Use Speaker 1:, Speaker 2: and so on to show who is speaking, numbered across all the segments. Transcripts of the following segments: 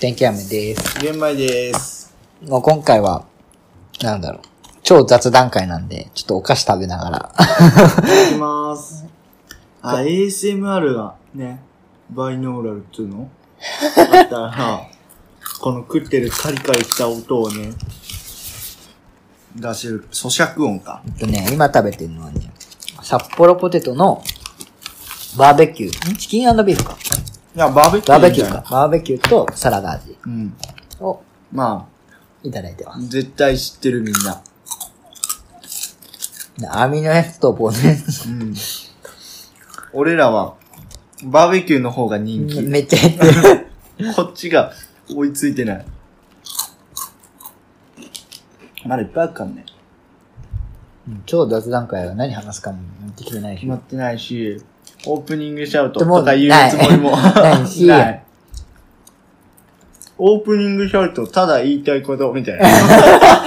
Speaker 1: 天気雨です。
Speaker 2: 玄米です。
Speaker 1: もう今回は、なんだろう。超雑談会なんで、ちょっとお菓子食べながら。
Speaker 2: いただきます。あ、ASMR がね、バイノーラルっていうのあったら、この食ってるカリカリした音をね、出せる。咀嚼音か。
Speaker 1: えっとね、今食べてるのはね、札幌ポテトのバーベキュー。んチキンビーフか。
Speaker 2: いや、バーベキュ
Speaker 1: バ
Speaker 2: ー
Speaker 1: ーベ
Speaker 2: み
Speaker 1: キュー
Speaker 2: たい
Speaker 1: か
Speaker 2: な。。
Speaker 1: バーベキューとサラダ味
Speaker 2: うん。
Speaker 1: を
Speaker 2: ま
Speaker 1: いただいてま、
Speaker 2: あ絶対知ってるみんな。
Speaker 1: す。でアミノエストボね。
Speaker 2: うん。俺らは、バーベキューの方が人気。
Speaker 1: めっちゃ減ってる。
Speaker 2: こっちが追いついてない。まだいっぱいあるからね。
Speaker 1: うん超雑談会は何話すかも持ってきてないし
Speaker 2: 決。まってないし、オープニングシャウト
Speaker 1: でも
Speaker 2: とか言うつもりも
Speaker 1: ないないし
Speaker 2: ないオープニングシャウト、ただ言いたいこと、みたいな。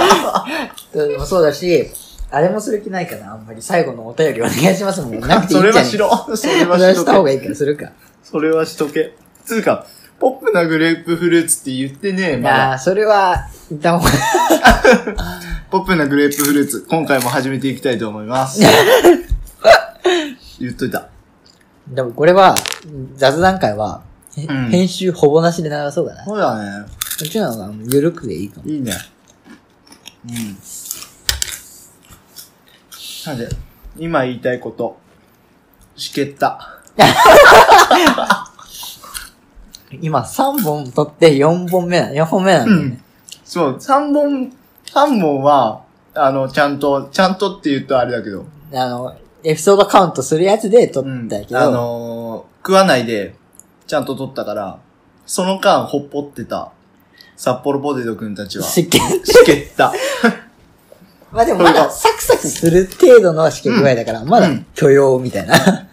Speaker 1: でもそうだし、あれもする気ないかな。あんまり最後のお便りお願いしますもん。なくていい
Speaker 2: そ
Speaker 1: んじ
Speaker 2: れ
Speaker 1: ゃな
Speaker 2: はいしろ。それ
Speaker 1: お
Speaker 2: は
Speaker 1: 願い
Speaker 2: し
Speaker 1: し
Speaker 2: と
Speaker 1: た方が
Speaker 2: け。
Speaker 1: いいからするか。
Speaker 2: それはしとけ。つうか、ポップなグレープフルーツって言ってねえ、ま
Speaker 1: ま
Speaker 2: だ。
Speaker 1: あ、それは、言った方が
Speaker 2: ポップなグレープフルーツ、今回も始めていきたいと思い ます。言っといた。
Speaker 1: でもこれは、雑談会は、へ
Speaker 2: うん
Speaker 1: 編集ほぼなしで流そうかな。こ
Speaker 2: そうだね。
Speaker 1: っちの方が緩くでいいかも。
Speaker 2: いいね。うん。なんで、今言いたいこと、しけった。
Speaker 1: 今3本撮って4本目な、4本目なんだよね。
Speaker 2: そう、三本、三本は、あの、ちゃんと、ちゃんとって言うとあれだけど、
Speaker 1: あの、エピソードカウントするやつで撮
Speaker 2: う
Speaker 1: っ
Speaker 2: ん。
Speaker 1: たけ
Speaker 2: あ
Speaker 1: ど、
Speaker 2: のー食わないで、ちゃんと取ったから、その間、ほっぽってた、札幌ポテトくんたちは、 し
Speaker 1: 試験。
Speaker 2: けった。
Speaker 1: まあでもま
Speaker 2: これ
Speaker 1: だ
Speaker 2: が
Speaker 1: サクサクする程度の試験具合だから、まだ
Speaker 2: うん
Speaker 1: 許容みたいな。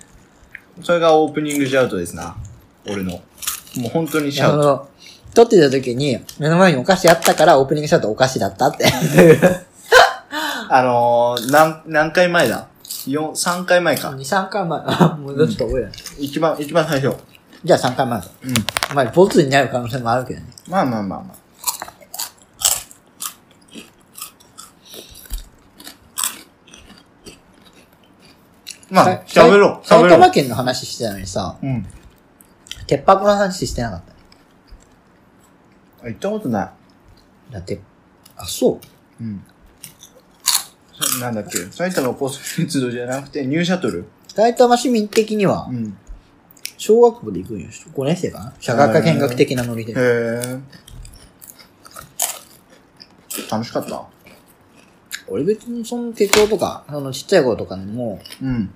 Speaker 2: それがオープニングシャウトですな。俺の。もう本当にシャ
Speaker 1: あ
Speaker 2: ウト。
Speaker 1: の、撮ってた時に、目の前にお菓子あったから、オープニングシャットお菓子だったって。
Speaker 2: あのー、何、何回前だ ?4、3回前か
Speaker 1: 2、。3回前。あもうどっちか覚えない。
Speaker 2: 一番、一番最初。
Speaker 1: じゃあ3回前だ。
Speaker 2: うん。
Speaker 1: まあ、ボツになる可能性もあるけどね。
Speaker 2: まあまあまあまあ。まあ、喋ろう、
Speaker 1: さい埼
Speaker 2: 喋ろ
Speaker 1: 玉
Speaker 2: う。
Speaker 1: 県の話してたのにさ、
Speaker 2: うん。
Speaker 1: 鉄箱の話してなかった。
Speaker 2: あ行ったことな
Speaker 1: だって、あ、そう。
Speaker 2: い。うん。そなんだっけ埼玉高速鉄道じゃなくて、ニューシャトル
Speaker 1: 埼玉市民的には
Speaker 2: う、ん。
Speaker 1: 小学校で行くんよ。5年生かな社学科見学的なノリ
Speaker 2: へ
Speaker 1: で。
Speaker 2: え。楽しかった
Speaker 1: 俺別にその鉄道とか、そのちっちゃい頃とかにも、
Speaker 2: うん。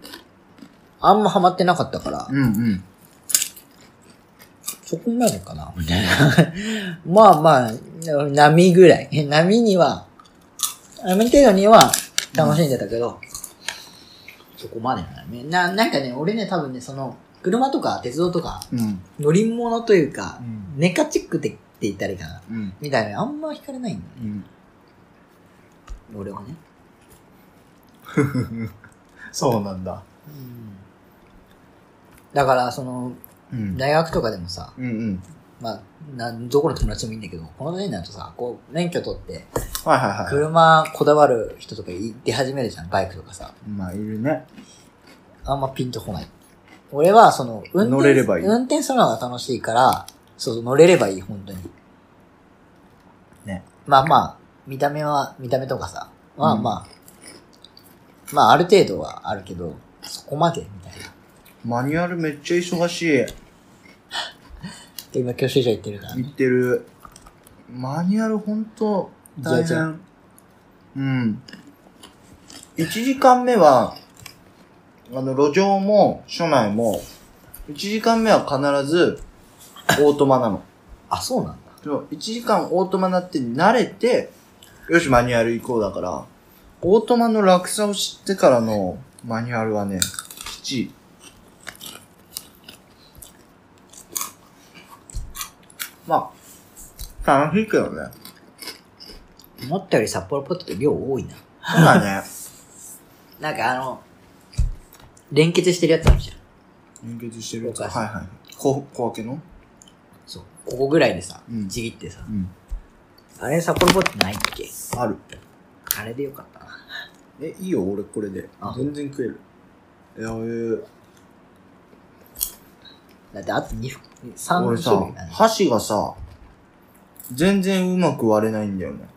Speaker 1: あんまハマってなかったから、
Speaker 2: うんうん。
Speaker 1: そこまでかなみ たいな。まあまあ、波ぐらい。波には、波程度には楽しんでたけど、そこまでだね。な、なんかね、俺ね、多分ね、その、車とか鉄道とか、
Speaker 2: うん。
Speaker 1: 乗り物というか、
Speaker 2: うん
Speaker 1: ネカチックでって言ったらいいかな。
Speaker 2: うん。
Speaker 1: みたいな、あんま惹かれないんだよね。
Speaker 2: うん。
Speaker 1: 俺はね。
Speaker 2: そうなんだ。
Speaker 1: うんだから、その、
Speaker 2: うん。
Speaker 1: 大学とかでもさ、
Speaker 2: うんうん。
Speaker 1: まあ、などこの友達でもいいんだけど、この年になるとさ、こう、免許取って、
Speaker 2: はいはいはい。
Speaker 1: 車こだわる人とかい出始めるじゃん、バイクとかさ。
Speaker 2: まあ、いるね。
Speaker 1: あんまピンとこない。俺は、その、運転、
Speaker 2: 乗れればいい
Speaker 1: 運転するのが楽しいから、そうそう、乗れればいい、本当に。
Speaker 2: ね。
Speaker 1: まあまあ、見た目は、見た目とかさ、まあまあ、まあある程度はあるけど、そこまで、みたいな。
Speaker 2: マニュアルめっちゃ忙しい。
Speaker 1: で今、教習所行ってるからね、
Speaker 2: 言ってる。マニュアルほんと大変。うん。1時間目は、あの、路上も、署内も、1時間目は必ず、オートマなの。
Speaker 1: あ、そうなんだ。
Speaker 2: そう1時間オートマになって慣れて、よし、マニュアル行こうだから、オートマの楽さを知ってからのマニュアルはね、きちい。まあ、楽しいけどね。
Speaker 1: 思ったより札幌ポテト量多いな。
Speaker 2: そうだね。
Speaker 1: なんかあの、連結してるやつあるじゃん。
Speaker 2: 連結してるやつ。
Speaker 1: お
Speaker 2: は
Speaker 1: 菓
Speaker 2: い
Speaker 1: 子
Speaker 2: はい。小小分けの
Speaker 1: そう。ここぐらいでさ
Speaker 2: う、ん
Speaker 1: ちぎってさ、
Speaker 2: うん。
Speaker 1: あれ札幌棒ってないっけ
Speaker 2: ある。
Speaker 1: あれでよかったな。
Speaker 2: え、いいよ、俺これで
Speaker 1: あ。
Speaker 2: 全然食える。いや、えー、
Speaker 1: だってあと2、
Speaker 2: 俺
Speaker 1: 3
Speaker 2: さ
Speaker 1: 種類だね、
Speaker 2: 箸がさ、全然うまく割れないんだよね。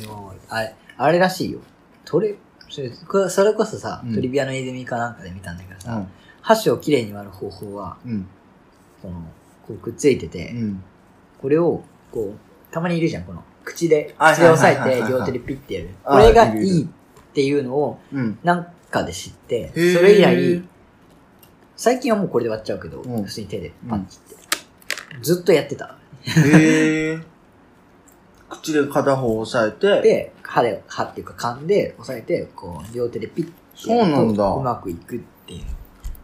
Speaker 1: でもあれ、あれらしいよ。トレ、それこそれこそさ、
Speaker 2: うん
Speaker 1: トリビアの泉かなんかで見たんだけど
Speaker 2: う
Speaker 1: さ、
Speaker 2: ん。
Speaker 1: 箸をきれいに割る方法は、
Speaker 2: うん。
Speaker 1: この、こうくっついてて、
Speaker 2: うん。
Speaker 1: これを、こう、たまにいるじゃん、この、口で、
Speaker 2: はい
Speaker 1: 口で押さ
Speaker 2: はいはい
Speaker 1: え
Speaker 2: は
Speaker 1: て、
Speaker 2: いはい
Speaker 1: 両手でピッてやる。
Speaker 2: あー
Speaker 1: これがい
Speaker 2: いるいる
Speaker 1: いっていうのを、
Speaker 2: うん。
Speaker 1: なんかで知って、そ
Speaker 2: へー
Speaker 1: れ以来、最近はもうこれで割っちゃうけど、
Speaker 2: うん
Speaker 1: 普通に手でパンチって。ずっとやってた。
Speaker 2: へえ。 口で片方押さえて。
Speaker 1: で、歯で、歯っていうか噛んで、押さえて、こう、両手でピッてやると
Speaker 2: そうなんだ
Speaker 1: うまくいくっていう。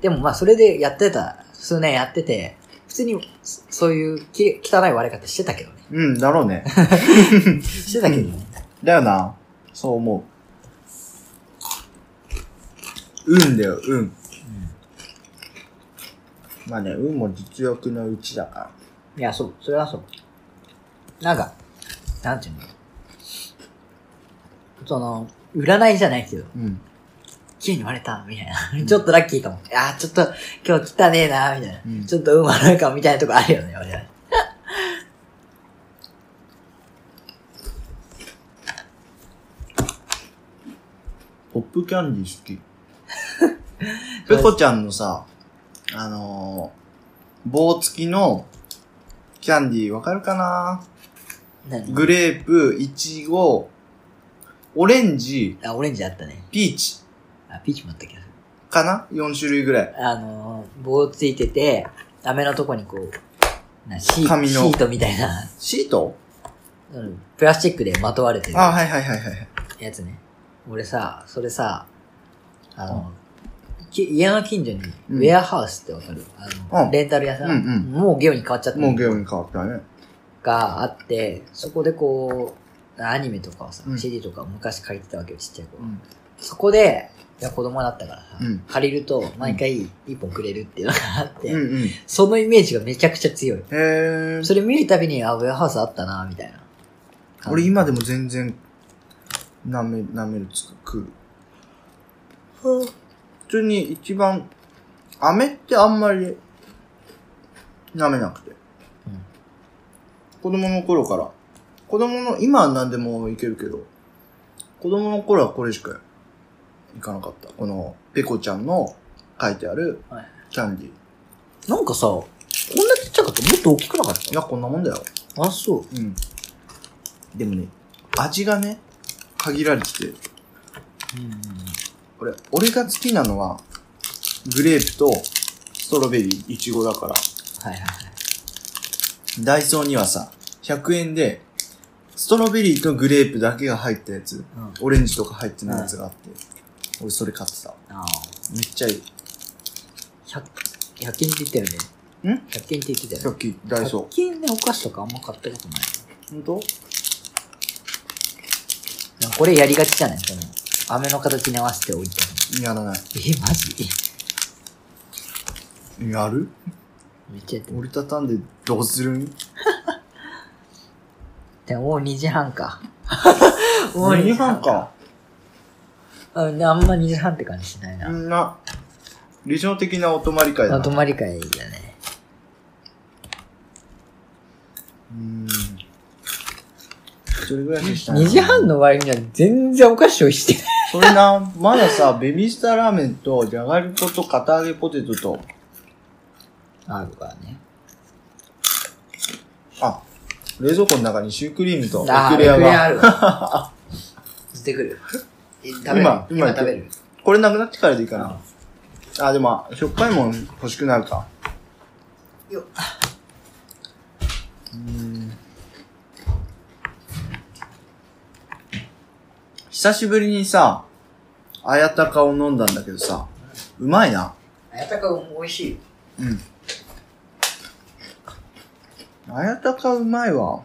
Speaker 1: でもまあ、それでやってた、数年やってて、普通に、そそういうきれ汚い割れ方してたけどね。
Speaker 2: うん、だろうね。
Speaker 1: してたけどね。
Speaker 2: だよな。そう思う。運だよ、運。まあね、運も実力のうちだから。
Speaker 1: いや、そう、それはそう。なんか、なんていうのその、占いじゃないけど、
Speaker 2: うん。
Speaker 1: 綺麗に割れた、みたいな。ちょっとラッキーかも。あーちょっと、今日汚ねえな、みたいな。
Speaker 2: うん
Speaker 1: ちょっと運悪いかも、みたいなとこあるよね、俺は。
Speaker 2: ポップキャンディー好き。ペコちゃんのさ、あのー、棒付きのキャンディーわかるかな
Speaker 1: 何
Speaker 2: グレープ、イチゴ、オレンジ、
Speaker 1: あ、オレンジあったね。
Speaker 2: ピーチ
Speaker 1: あ、ピーチもあったけど。
Speaker 2: かな ?4 種類ぐらい。
Speaker 1: あのー、棒ついてて、飴のとこにこう、なシー
Speaker 2: 紙の
Speaker 1: シートみたいな、
Speaker 2: シート
Speaker 1: うんプラスチックでまとわれてる
Speaker 2: あ、はいはいはいはい。
Speaker 1: やつね。俺さ、それさ、あの、き家の近所に、
Speaker 2: うん
Speaker 1: ウェアハウスってわかる、あ
Speaker 2: うん
Speaker 1: の、レンタル屋さん、
Speaker 2: うんうん
Speaker 1: もうゲオに変わっちゃった
Speaker 2: もうゲームに変わったね。
Speaker 1: があって、そこでこう、アニメとかをさ、
Speaker 2: うん
Speaker 1: CD とかを昔借りてたわけよ、ちっちゃい頃。
Speaker 2: うん。
Speaker 1: そこで、いや子供だったからさ、
Speaker 2: うん
Speaker 1: 借りると毎回一本くれるっていうのがあって、
Speaker 2: うんうん。へ
Speaker 1: そのイメージがめちゃくちゃ強い。
Speaker 2: え。
Speaker 1: それ見るたびに、あ、ウェアハウスあったな、みたいな。
Speaker 2: 俺今でも全然、舐め、舐めるつく、食う。
Speaker 1: うん
Speaker 2: 普通に一番、飴ってあんまり、舐めなくて。子供の頃から。子供の、今は何でもいけるけど、子供の頃はこれしかいかなかった。この、ペコちゃんの書いてある
Speaker 1: はい、
Speaker 2: キャンディー。
Speaker 1: なんかさ、こんなちっちゃかったもっと大きくなかっ
Speaker 2: いや、こんなもんだよ。
Speaker 1: たあ、そう。
Speaker 2: うん。でもね、味がね、限られてて、俺、俺が好きなのは、グレープとストロベリー、イチゴだから、
Speaker 1: はいはいはい。
Speaker 2: ダイソーにはさ、100円で、ストロベリーとグレープだけが入ったやつ、
Speaker 1: うん。
Speaker 2: オレンジとか入ってないやつがあって、俺それ買ってた。
Speaker 1: ああ。
Speaker 2: めっちゃいい。
Speaker 1: 100、100均って言ったよね。
Speaker 2: ん
Speaker 1: ?100 均って言ってたよ
Speaker 2: さ
Speaker 1: ね。
Speaker 2: っき、ダイソ
Speaker 1: 100均でお菓子とかあんま買ったことない。
Speaker 2: ー。ほんと
Speaker 1: なんかこれやりがちじゃないこの、飴の形に合わせて置いて
Speaker 2: やらな
Speaker 1: ある。え、マジ
Speaker 2: い。やる
Speaker 1: めっちゃやってる。
Speaker 2: 折りたたんでどうするん
Speaker 1: でももう2時半 か。
Speaker 2: 2時半。か。
Speaker 1: うん、あんま2時半って感じしないな。
Speaker 2: みんな、理想的なお泊まり会だ
Speaker 1: ま
Speaker 2: な。
Speaker 1: とまり会だね。
Speaker 2: うん。それぐらいにしたいな
Speaker 1: 2時半の割には全然お菓子をしてない。
Speaker 2: それな、まださ、ベビースターラーメンと、じゃがりこと、片揚げポテトと、
Speaker 1: あるからね。
Speaker 2: あ、冷蔵庫の中にシュークリームと、エ
Speaker 1: あー、
Speaker 2: クレア
Speaker 1: エクレア
Speaker 2: が。
Speaker 1: あるわ。 出てくる。え食べる
Speaker 2: 今今
Speaker 1: 食べる。
Speaker 2: これなくなってからでいいかな。あ、でも、しょっぱいもん欲しくなるか。
Speaker 1: よっ
Speaker 2: うーん久しぶりにさ、あやたかを飲んだんだけどさ、うまいな。
Speaker 1: あやたかも美味しいよ。
Speaker 2: うん。あやたかうまいわ。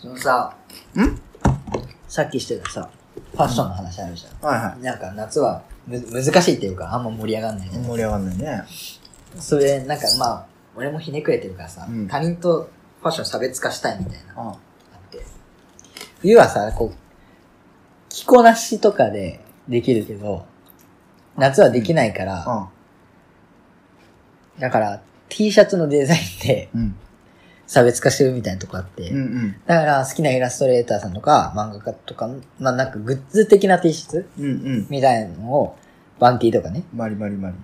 Speaker 1: そのさ、
Speaker 2: ん
Speaker 1: さっきしてたさ、ファッションの話あるじゃん。
Speaker 2: はいは
Speaker 1: なんか夏はむ難しいっていうか、あんま盛り上がんないじ
Speaker 2: い。
Speaker 1: ゃん。
Speaker 2: 盛り上がんないね。
Speaker 1: それ、なんかまあ、俺もひねくれてるからさ、
Speaker 2: うん
Speaker 1: 他人とファッション差別化したいみたいな、あ
Speaker 2: あ
Speaker 1: って。冬はさ、こう、着こなしとかでできるけど、夏はできないから、
Speaker 2: あ。
Speaker 1: だから T シャツのデザインで
Speaker 2: うん。
Speaker 1: 差別化してるみたいなとこあって、
Speaker 2: うんうん。
Speaker 1: だから好きなイラストレーターさんとか漫画家とか、まあなんかグッズ的な T シャツ
Speaker 2: うんうん。
Speaker 1: みたいなのを、バンティーとかね、
Speaker 2: マリマリマリ。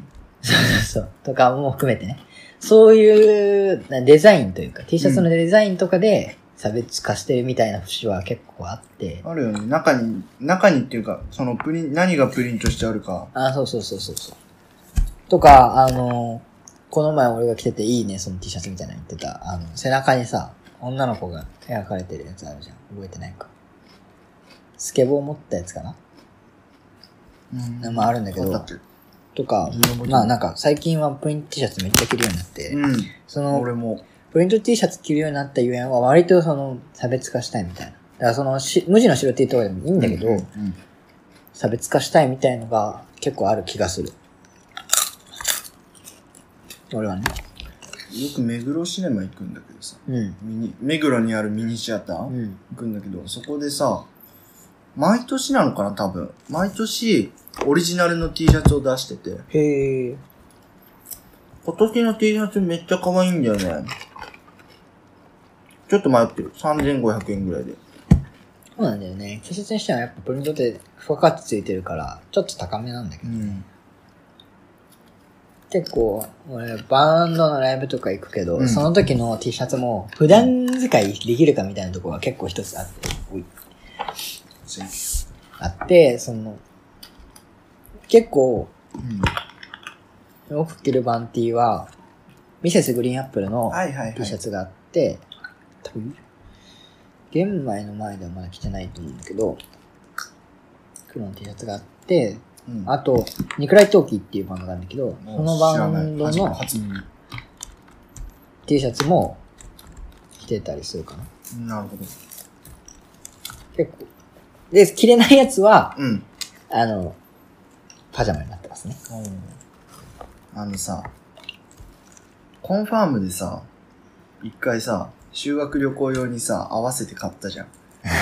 Speaker 1: そう。とかも含めてね。そういうなデザインというか、T シャツのデザインとかで差別化してるみたいな節は結構あって。
Speaker 2: あるよね。中に、中にっていうか、そのプリン、何がプリントしてあるか。
Speaker 1: あ、そうそうそうそうそう。とか、あの、この前俺が着てていいね、その T シャツみたいなの言ってた。あの、背中にさ、女の子が描かれてるやつあるじゃん。覚えてないか。スケボー持ったやつかな
Speaker 2: うん
Speaker 1: まああるんだけど
Speaker 2: わかって
Speaker 1: とか
Speaker 2: うん覚えて、る
Speaker 1: まあなんか最近はプリント T シャツめっちゃ着るようになって、
Speaker 2: る
Speaker 1: そ
Speaker 2: うん。
Speaker 1: の
Speaker 2: 俺も。
Speaker 1: プリント T シャツ着るようになったゆえんは割とその差別化したいみたいな。だからそのし無地の白 T とかでもいいんだけど、
Speaker 2: うんうん
Speaker 1: 差別化したいみたいのが結構ある気がする。俺はね。
Speaker 2: よく目黒シネマ行くんだけどさ。
Speaker 1: うん。
Speaker 2: ミニ、目黒にあるミニシアター
Speaker 1: うん。
Speaker 2: 行くんだけど、そこでさ、毎年なのかな多分。毎年、オリジナルの T シャツを出してて、
Speaker 1: へえ。
Speaker 2: 今年の T シャツめっちゃ可愛いんだよね。ちょっと迷ってる。3500円ぐらいで。
Speaker 1: そうなんだよね。T シャツにしてはやっぱプリントって付加価値ついてるから、ちょっと高めなんだけ
Speaker 2: う
Speaker 1: ど。
Speaker 2: ん。
Speaker 1: 結構、俺バンドのライブとか行くけど、
Speaker 2: うん
Speaker 1: その時の T シャツも普段使いできるかみたいなところが結構一つあって。あって、その、結構、
Speaker 2: うん。
Speaker 1: 僕着るバンティーは、ミセスグリーンアップルの
Speaker 2: はいはいはい。
Speaker 1: T シャツがあって、多分、玄米の前ではまだ着てないと思うんだけど、黒の T シャツがあって、
Speaker 2: うん。
Speaker 1: あと、ニクライトーキーっていうバンドがあるんだけど、
Speaker 2: も
Speaker 1: そうのバンド
Speaker 2: 知らない
Speaker 1: の
Speaker 2: 初初耳
Speaker 1: T シャツも着てたりするかな。
Speaker 2: なるほど。
Speaker 1: 結構。で、着れないやつは、
Speaker 2: うん。
Speaker 1: あの、パジャマになってますね。
Speaker 2: あのさ、コンファームでさ、一回さ、修学旅行用にさ、合わせて買っ たじゃん。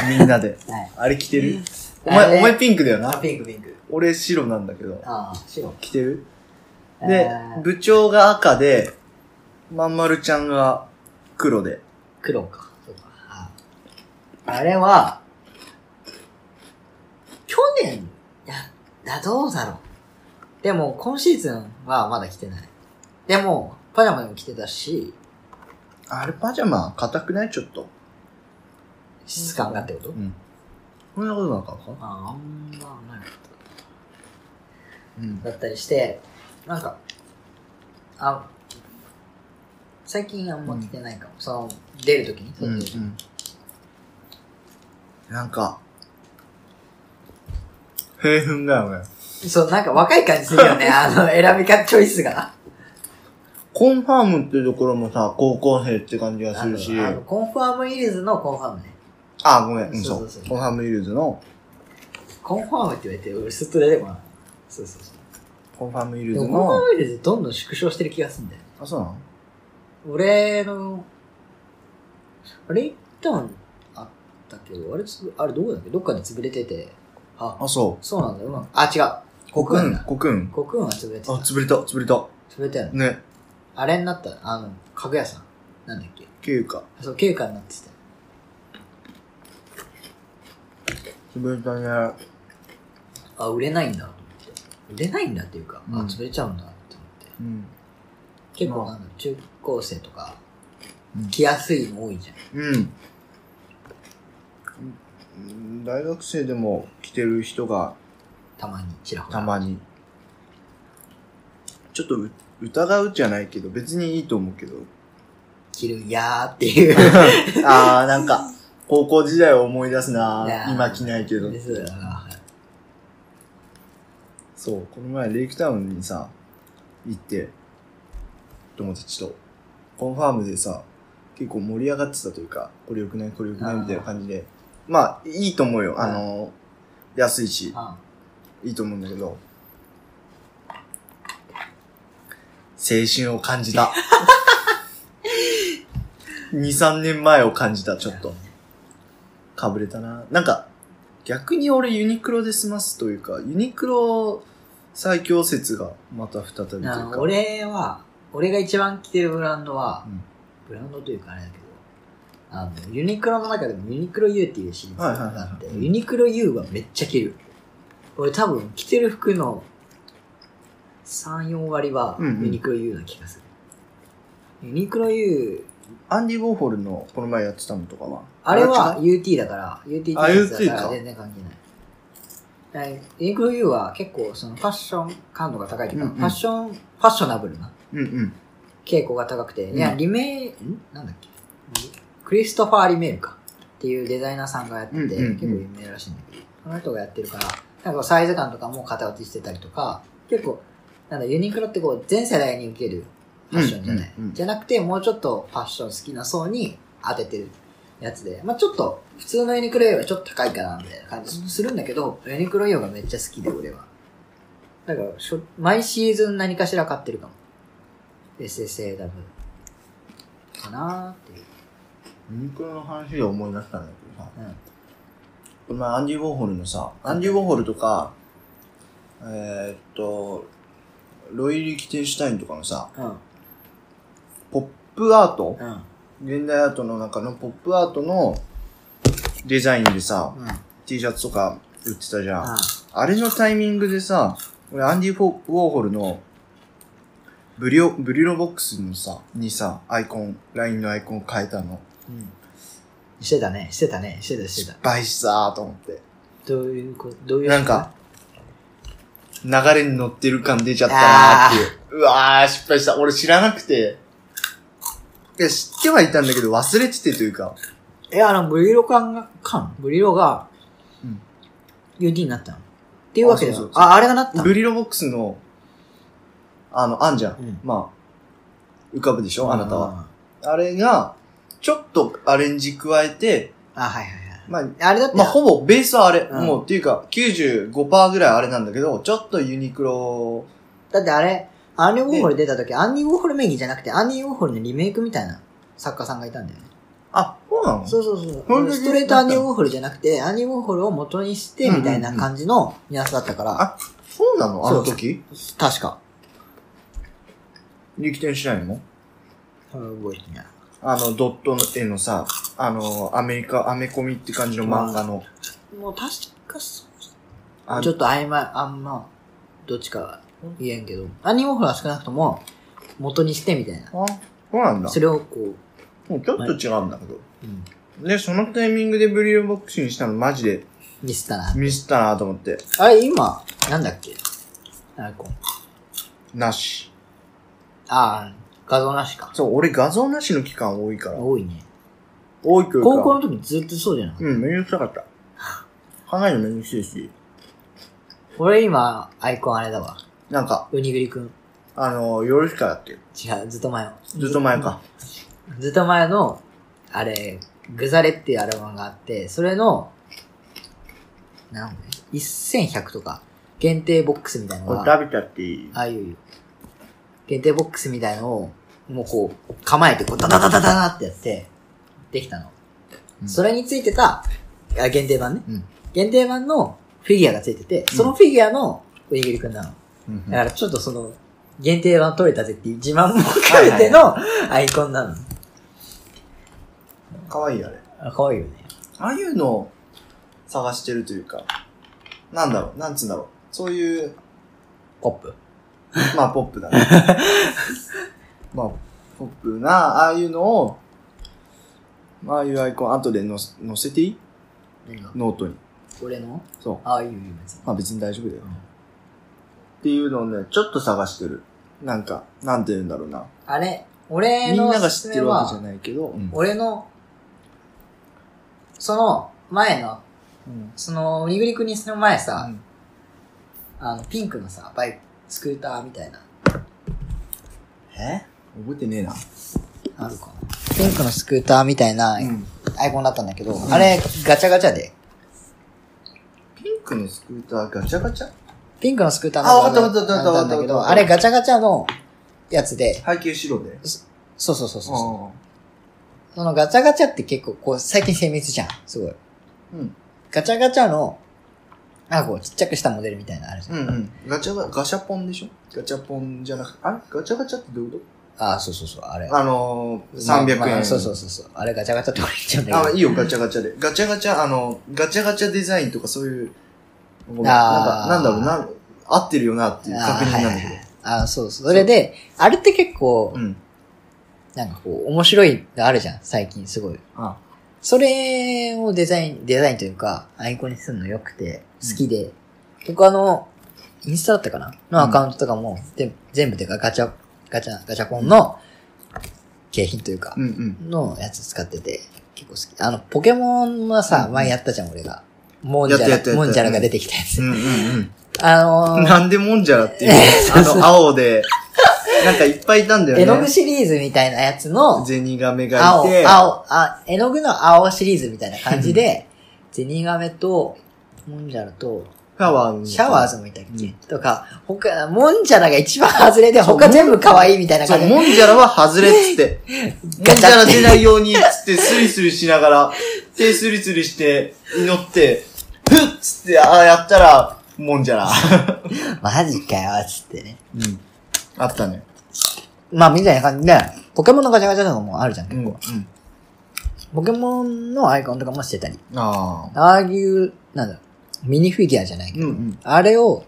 Speaker 2: みんなで。
Speaker 1: はい。
Speaker 2: あれ着てるお
Speaker 1: あれ
Speaker 2: 前、お前ピンクだよな。
Speaker 1: ピンクピンク。
Speaker 2: 俺白なんだけど。
Speaker 1: ああ、白。
Speaker 2: 着てる
Speaker 1: え
Speaker 2: で
Speaker 1: ー、
Speaker 2: 部長が赤で、まんまるちゃんが黒で。
Speaker 1: 黒か。そうかああれは、去年だ、だ、どうだろう。でも、今シーズンはまだ来てない。でも、パジャマでも着てたし、
Speaker 2: あれパジャマ硬くないちょっと。
Speaker 1: 質感がってこと、
Speaker 2: ん。こんなことなかったか
Speaker 1: ああんまないこと
Speaker 2: うん。
Speaker 1: だったりして、なんか、あ、最近あんま着てないかも。その、出るときに、
Speaker 2: うん、う
Speaker 1: 外に
Speaker 2: ん。なんか、平憤だよね。
Speaker 1: そう、なんか若い感じするよね。あの、選び方、チョイスが。
Speaker 2: コンファームっていうところもさ、高校生って感じがするし、
Speaker 1: あのコンファームイルズのコンファームね。
Speaker 2: あ、ごめん、うん
Speaker 1: そ
Speaker 2: そう
Speaker 1: そううそう、
Speaker 2: コンファームイルズの、
Speaker 1: コンファームって言われて、俺ずっと出てこない。そうそうそう。
Speaker 2: コンファームイル
Speaker 1: で
Speaker 2: ズ
Speaker 1: もコンファー
Speaker 2: の、
Speaker 1: ムイルズどんどん縮小してる気がするんだよね。
Speaker 2: あ、そうなの
Speaker 1: 俺の、あれ一旦あったけど、あれつぶ、あれどこだっけどっかに潰れてて。あ、
Speaker 2: あ、そ
Speaker 1: そうなんだよ。うんあ、違う。
Speaker 2: う。
Speaker 1: コクーンだ。
Speaker 2: コクーン。
Speaker 1: コクーンは潰れて
Speaker 2: あ
Speaker 1: た。、
Speaker 2: 潰れた、潰れた。
Speaker 1: 潰れたよね。
Speaker 2: ね、
Speaker 1: あれになった、あの、家具屋さん。なんだっけ
Speaker 2: 経過。
Speaker 1: あそう、経過になってた。
Speaker 2: 潰れたね。
Speaker 1: あ、売れないんだと思って。売れないんだっていうか、あ、
Speaker 2: うん
Speaker 1: 潰れちゃうんだって思って。
Speaker 2: うん。
Speaker 1: 結構
Speaker 2: まあ
Speaker 1: あの中高生とか
Speaker 2: うん、
Speaker 1: 来やすいの多いじゃん。
Speaker 2: うん。うん大学生でも来てる人が
Speaker 1: たまに、ちらほら。
Speaker 2: たまに。ちょっとう疑うじゃないけど、別にいいと思うけど。
Speaker 1: 着るやーっていう。
Speaker 2: あー、なんか、高校時代を思い出すない
Speaker 1: やー
Speaker 2: 今着ないけど。
Speaker 1: ですよな
Speaker 2: そう、この前レイクタウンにさ、行って、友達と、コンファームでさ、結構盛り上がってたというか、これ良くないこれ良くないみたいな感じで、まあ、いいと思うよ。あの、安いし、
Speaker 1: あ
Speaker 2: いいと思うんだけど、青春を感じた。2、3年前を感じた、ちょっと。かぶれたな。なんか、逆に俺ユニクロで済ますというか、ユニクロ最強説がまた再びという
Speaker 1: あ
Speaker 2: か。
Speaker 1: の俺は、俺が一番着てるブランドは、
Speaker 2: うん
Speaker 1: ブランドというかあれだけど、あの、ユニクロの中でもユニクロ U っていうシリーズがあって、
Speaker 2: はいはいはいはい
Speaker 1: ユニクロ U はめっちゃ着る。俺多分着てる服の3、4割は
Speaker 2: うんうん
Speaker 1: ユニクロ U な気がする。ユニクロ U、
Speaker 2: アンディ・ウォーホルのこの前やってたのとかは
Speaker 1: あれ
Speaker 2: 違
Speaker 1: は
Speaker 2: う
Speaker 1: UT だから、UT
Speaker 2: あ
Speaker 1: T だか
Speaker 2: UT
Speaker 1: ら
Speaker 2: か
Speaker 1: 全然関係ない。はいユニクロ U は結構そのファッション感度が高いというか、
Speaker 2: うんうん
Speaker 1: ファッション、ファッショナブルな。
Speaker 2: うんうん。
Speaker 1: 傾向が高くて、
Speaker 2: うん
Speaker 1: いや、リメイ、んなんだっけクリストファー・リメールかっていうデザイナーさんがやってて、
Speaker 2: うんうんうん
Speaker 1: 結構有名らしいんだけど、その人がやってるから、なんかサイズ感とかも偏ってしてたりとか、結構、なんだ、ユニクロってこう、全世代に受けるファッションじゃない。
Speaker 2: うんうんうん
Speaker 1: じゃなくて、もうちょっとファッション好きな層に当ててるやつで、まあちょっと、普通のユニクロよりはちょっと高いかな、みたいな感じするんだけど、ユニクロ用がめっちゃ好きで、俺は。だからしょ、毎シーズン何かしら買ってるかも。SSAW かなーっていう。
Speaker 2: ユニクロの話で思い出したんだけどさ、
Speaker 1: うん。
Speaker 2: この前アンディ・ウォーホルのさ、アンディ・ウォーホルとか、えーっと、ロイ・リキテンシュタインとかのさ、
Speaker 1: うん。
Speaker 2: ポップアート
Speaker 1: うん。
Speaker 2: 現代アートの中のポップアートのデザインでさ、
Speaker 1: うん。
Speaker 2: T シャツとか売ってたじゃん。
Speaker 1: あ
Speaker 2: あれのタイミングでさ、俺アンディ・フォウォーホルのブリオ、ブリロボックスのさ、にさ、アイコン、LINE のアイコン変えたの。
Speaker 1: うん。してたね、してたね、してた、して
Speaker 2: 失
Speaker 1: た。
Speaker 2: 敗したーと思って。
Speaker 1: どういうこと、どういう
Speaker 2: なんか、流れに乗ってる感出ちゃったなーっていう。うわー、失敗した。俺知らなくて。いや、知ってはいたんだけど忘れててというか。
Speaker 1: え、あの、ブリロ感が、感ブリロが、
Speaker 2: うん。
Speaker 1: UT になったのっていうわけで
Speaker 2: あそう
Speaker 1: は
Speaker 2: そうそう
Speaker 1: あ、あれがなったの
Speaker 2: ブリロボックスの、あの、あんじゃん。
Speaker 1: うん
Speaker 2: まあ、浮かぶでしょあなたは。。あれが、ちょっとアレンジ加えて、
Speaker 1: あ、はいはいはい。
Speaker 2: まあ、
Speaker 1: あれだって、
Speaker 2: まあ、ほぼベースはあれ。
Speaker 1: うん
Speaker 2: もう、っていうか、95%ぐらいあれなんだけど、ちょっとユニクロ、
Speaker 1: だってあれ、アンディ・ウォーホル出た時、アンディ・ウォーホル名義じゃなくて、アンディ・ウォーホルのリメイクみたいな作家さんがいたんだよね。
Speaker 2: あ、そうなの
Speaker 1: そうそうそう。
Speaker 2: ほんとに
Speaker 1: ストレートアンディ・ウォーホルじゃなくて、アンディ・ウォーホルを元にして、みたいな感じのニュアンスだったから、
Speaker 2: あそうなのあの
Speaker 1: そう
Speaker 2: 時
Speaker 1: 確か。
Speaker 2: 力点しないの
Speaker 1: うん覚えてない。
Speaker 2: あの、ドットの絵のさ、あの、アメリカ、アメコミって感じの漫画の。
Speaker 1: もう確かそう。
Speaker 2: あ
Speaker 1: ちょっと曖昧、あんま、どっちかは言えんけど、アンディ・ウォーホルは少なくとも、元にして、みたいな。
Speaker 2: あ、そうなんだ
Speaker 1: そ。れをこ
Speaker 2: もうちょっと違うんだけど。
Speaker 1: う、うん、
Speaker 2: で、そのタイミングでブリューボックスにしたのマジで
Speaker 1: ミスったな。
Speaker 2: ミスったなと思って。
Speaker 1: あれ、今、なんだっけアイコン。
Speaker 2: なし。
Speaker 1: ああ、画像なしか。
Speaker 2: そう、俺画像なしの期間多いから。
Speaker 1: 多いね。
Speaker 2: 多いというか。
Speaker 1: 高校の時ずっとそうじゃなかった。
Speaker 2: うん、めんどくさかった。かなりめんどくせえし。
Speaker 1: 俺今、アイコンあれだわ。
Speaker 2: なんか、
Speaker 1: ウニグリくん。
Speaker 2: あの、ヨルシカだっけ
Speaker 1: 違う、ずっと前の
Speaker 2: ずっと前か。
Speaker 1: ずっと前の、あれ、グザレっていうアルバムがあって、それの、なんだね、1100とか、限定ボックスみたいなの
Speaker 2: これ
Speaker 1: が、
Speaker 2: 食べちゃっていい
Speaker 1: ああいう、限定ボックスみたいのを、もうこう、構えて、こう、ダダダダダダってやって、できたの。
Speaker 2: うん
Speaker 1: それについてた、あ限定版ね。
Speaker 2: うん
Speaker 1: 限定版のフィギュアがついてて、そのフィギュアのウイグリくんなの。
Speaker 2: うんうん
Speaker 1: だからちょっとその、限定版取れたぜっていう自慢も含めてのアイコンなの。
Speaker 2: かわいいあれ。
Speaker 1: あ可愛いよね。
Speaker 2: ああいうのを探してるというか、なんだろう、なんつうんだろう。そういう、
Speaker 1: ポップ。
Speaker 2: まあ、ポップだ ね。まあ、ポップな、ああいうのを、ああいうアイコン、後でのせ載せていいノートに。
Speaker 1: 俺の
Speaker 2: そ
Speaker 1: ああ、いいよ、いいよ、別に
Speaker 2: う。まあ、別に大丈夫だよ。
Speaker 1: うん
Speaker 2: っていうのをね、ちょっと探してる。なんか、なんて言うんだろうな。
Speaker 1: あれ、俺
Speaker 2: みん
Speaker 1: の
Speaker 2: なが
Speaker 1: お
Speaker 2: 知
Speaker 1: すす
Speaker 2: っ
Speaker 1: め
Speaker 2: てるわけじゃ
Speaker 1: は、
Speaker 2: ないけど、うん
Speaker 1: 俺の、その前の、
Speaker 2: うん
Speaker 1: その、オリグリ君にその前さ、
Speaker 2: うん
Speaker 1: あの、ピンクのさ、バイク、スクーターみたいな、
Speaker 2: え覚えてねえな。
Speaker 1: あるかな。ピンクのスクーターみたいな
Speaker 2: うん
Speaker 1: アイコンだったんだけど、
Speaker 2: ん
Speaker 1: あれ、ガチャガチャで、
Speaker 2: ピンクのスクーターガチャガチャ
Speaker 1: ピンクのスクーター
Speaker 2: あわかったわかったわかったわかった
Speaker 1: だけ
Speaker 2: わ
Speaker 1: ど、
Speaker 2: かった
Speaker 1: あれガチャガチャのやつで、
Speaker 2: 背景白で。
Speaker 1: そうそうそうそう
Speaker 2: あ
Speaker 1: そう。そのガチャガチャって結構こう、最近精密じゃん。すごい。
Speaker 2: あうん。
Speaker 1: ガチャガチャの、なんかこう、ちっちゃくしたモデルみたいなのあるじゃん。
Speaker 2: うんうん。ガチャガ、ガシャポンでしょガチャポンじゃなくて、あれガチャガチャってどういうこ
Speaker 1: ああ、そうそうそう、あれ。
Speaker 2: とあのー、300円。
Speaker 1: まあまあそうそうそうそう。あれガチャガチャって俺言っちゃうんだ
Speaker 2: あ、
Speaker 1: け
Speaker 2: いいよ、ガチャガチャで。ガチャガチャ、あの、ガチャガチャデザインとかそういう、ごめんなん
Speaker 1: あ
Speaker 2: か、
Speaker 1: ー
Speaker 2: なんだろうな、合ってるよなってい
Speaker 1: ど。
Speaker 2: う
Speaker 1: ああ
Speaker 2: 確認なんだ
Speaker 1: はい
Speaker 2: け
Speaker 1: は
Speaker 2: ど
Speaker 1: い。ああ、そうそう。それで、あれって結構
Speaker 2: う、ん。
Speaker 1: なんかこう、面白いのあるじゃん、最近すごい。
Speaker 2: あ
Speaker 1: それをデザイン、デザインというか、アイコンにするの良くて、好きで、僕あの、インスタだったかなのアカウントとかも、で全部でかガチャ、ガチャ、ガチャコンの景品というか
Speaker 2: う、んうん。
Speaker 1: のやつ使ってて、結構好き。あの、ポケモンはさ、
Speaker 2: うん
Speaker 1: 前やったじゃん、俺が。モンジャ
Speaker 2: やったやった
Speaker 1: ラ、
Speaker 2: やった
Speaker 1: モンジャラが出てきたやつ。
Speaker 2: うんうん
Speaker 1: あの
Speaker 2: う
Speaker 1: ー
Speaker 2: ん。なんでもんじゃらっていう、あの、青で、なんかいっぱいいたんだよね。
Speaker 1: 絵の具シリーズみたいなやつの、
Speaker 2: ゼニガメがい
Speaker 1: 青、
Speaker 2: て、
Speaker 1: 青、あ、絵の具の青シリーズみたいな感じで、ゼニガメと、モンジャラと、
Speaker 2: シャワーズ。
Speaker 1: シャワーズもいたっけ、
Speaker 2: うん
Speaker 1: とか、他、モンジャラが一番外れで、他全部可愛いみたいな
Speaker 2: そ
Speaker 1: 感
Speaker 2: う、
Speaker 1: じ
Speaker 2: もんじゃらは外れっつって。も
Speaker 1: ガ
Speaker 2: んじ
Speaker 1: チャって
Speaker 2: ゃら出ないようにっつって、スリスリしながら、手スリスリして、祈って、ふっつって、ああやったら、もんじゃら。
Speaker 1: マジかよ、つってね。
Speaker 2: うん。あったね。
Speaker 1: まあ、みたいな感じで、ポケモンのガチャガチャとかもあるじゃん、結構。
Speaker 2: うん。
Speaker 1: ポケモンのアイコンとかもしてたり。
Speaker 2: ああ。
Speaker 1: ああいう、なんだろう、ミニフィギュアじゃないけ
Speaker 2: うん
Speaker 1: ど、
Speaker 2: うん。
Speaker 1: あれを、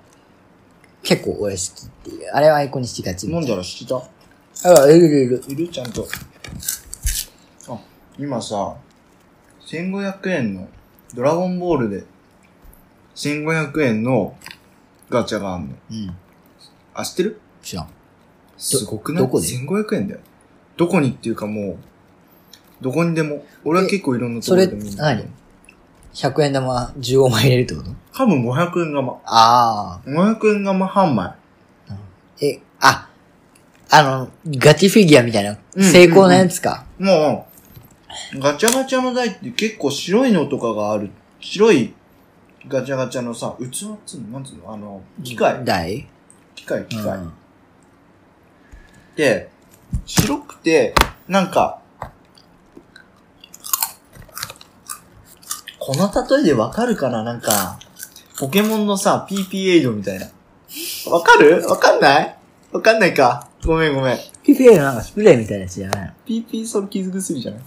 Speaker 1: 結構俺好きっていう。あれをアイコンにしがちみた
Speaker 2: も
Speaker 1: いな。
Speaker 2: んじゃら知ってた
Speaker 1: あ、いるいるいる。
Speaker 2: いるちゃんと。あ、今さ、1500円の、ドラゴンボールで、1500円のガチャがあんの。
Speaker 1: うん。
Speaker 2: あ、知ってる
Speaker 1: 知らん。
Speaker 2: すごくない
Speaker 1: どこで
Speaker 2: ?1500 円だよ。どこにっていうかもう、どこにでも。俺は結構いろんなところで見るんだけど。
Speaker 1: 100円玉10万入れるってこと
Speaker 2: 多分500円玉。
Speaker 1: ああ。
Speaker 2: 500円玉半枚。
Speaker 1: え、あ、あの、ガチフィギュアみたいな、
Speaker 2: うん
Speaker 1: 成功なやつか。
Speaker 2: もう、ガチャガチャの台って結構白いのとかがある。白いガチャガチャのさ、器っつうのなんつうのあの、機械。
Speaker 1: 台
Speaker 2: 機械、機械。
Speaker 1: うん
Speaker 2: で、白くて、なんか、この例えでわかるかななんか、ポケモンのさ、PP エイドみたいな。わかるわかんないわかんないか。ごめんごめん。
Speaker 1: PPA のなんかスプレーみたいなやつじゃない
Speaker 2: PP それ傷薬じゃない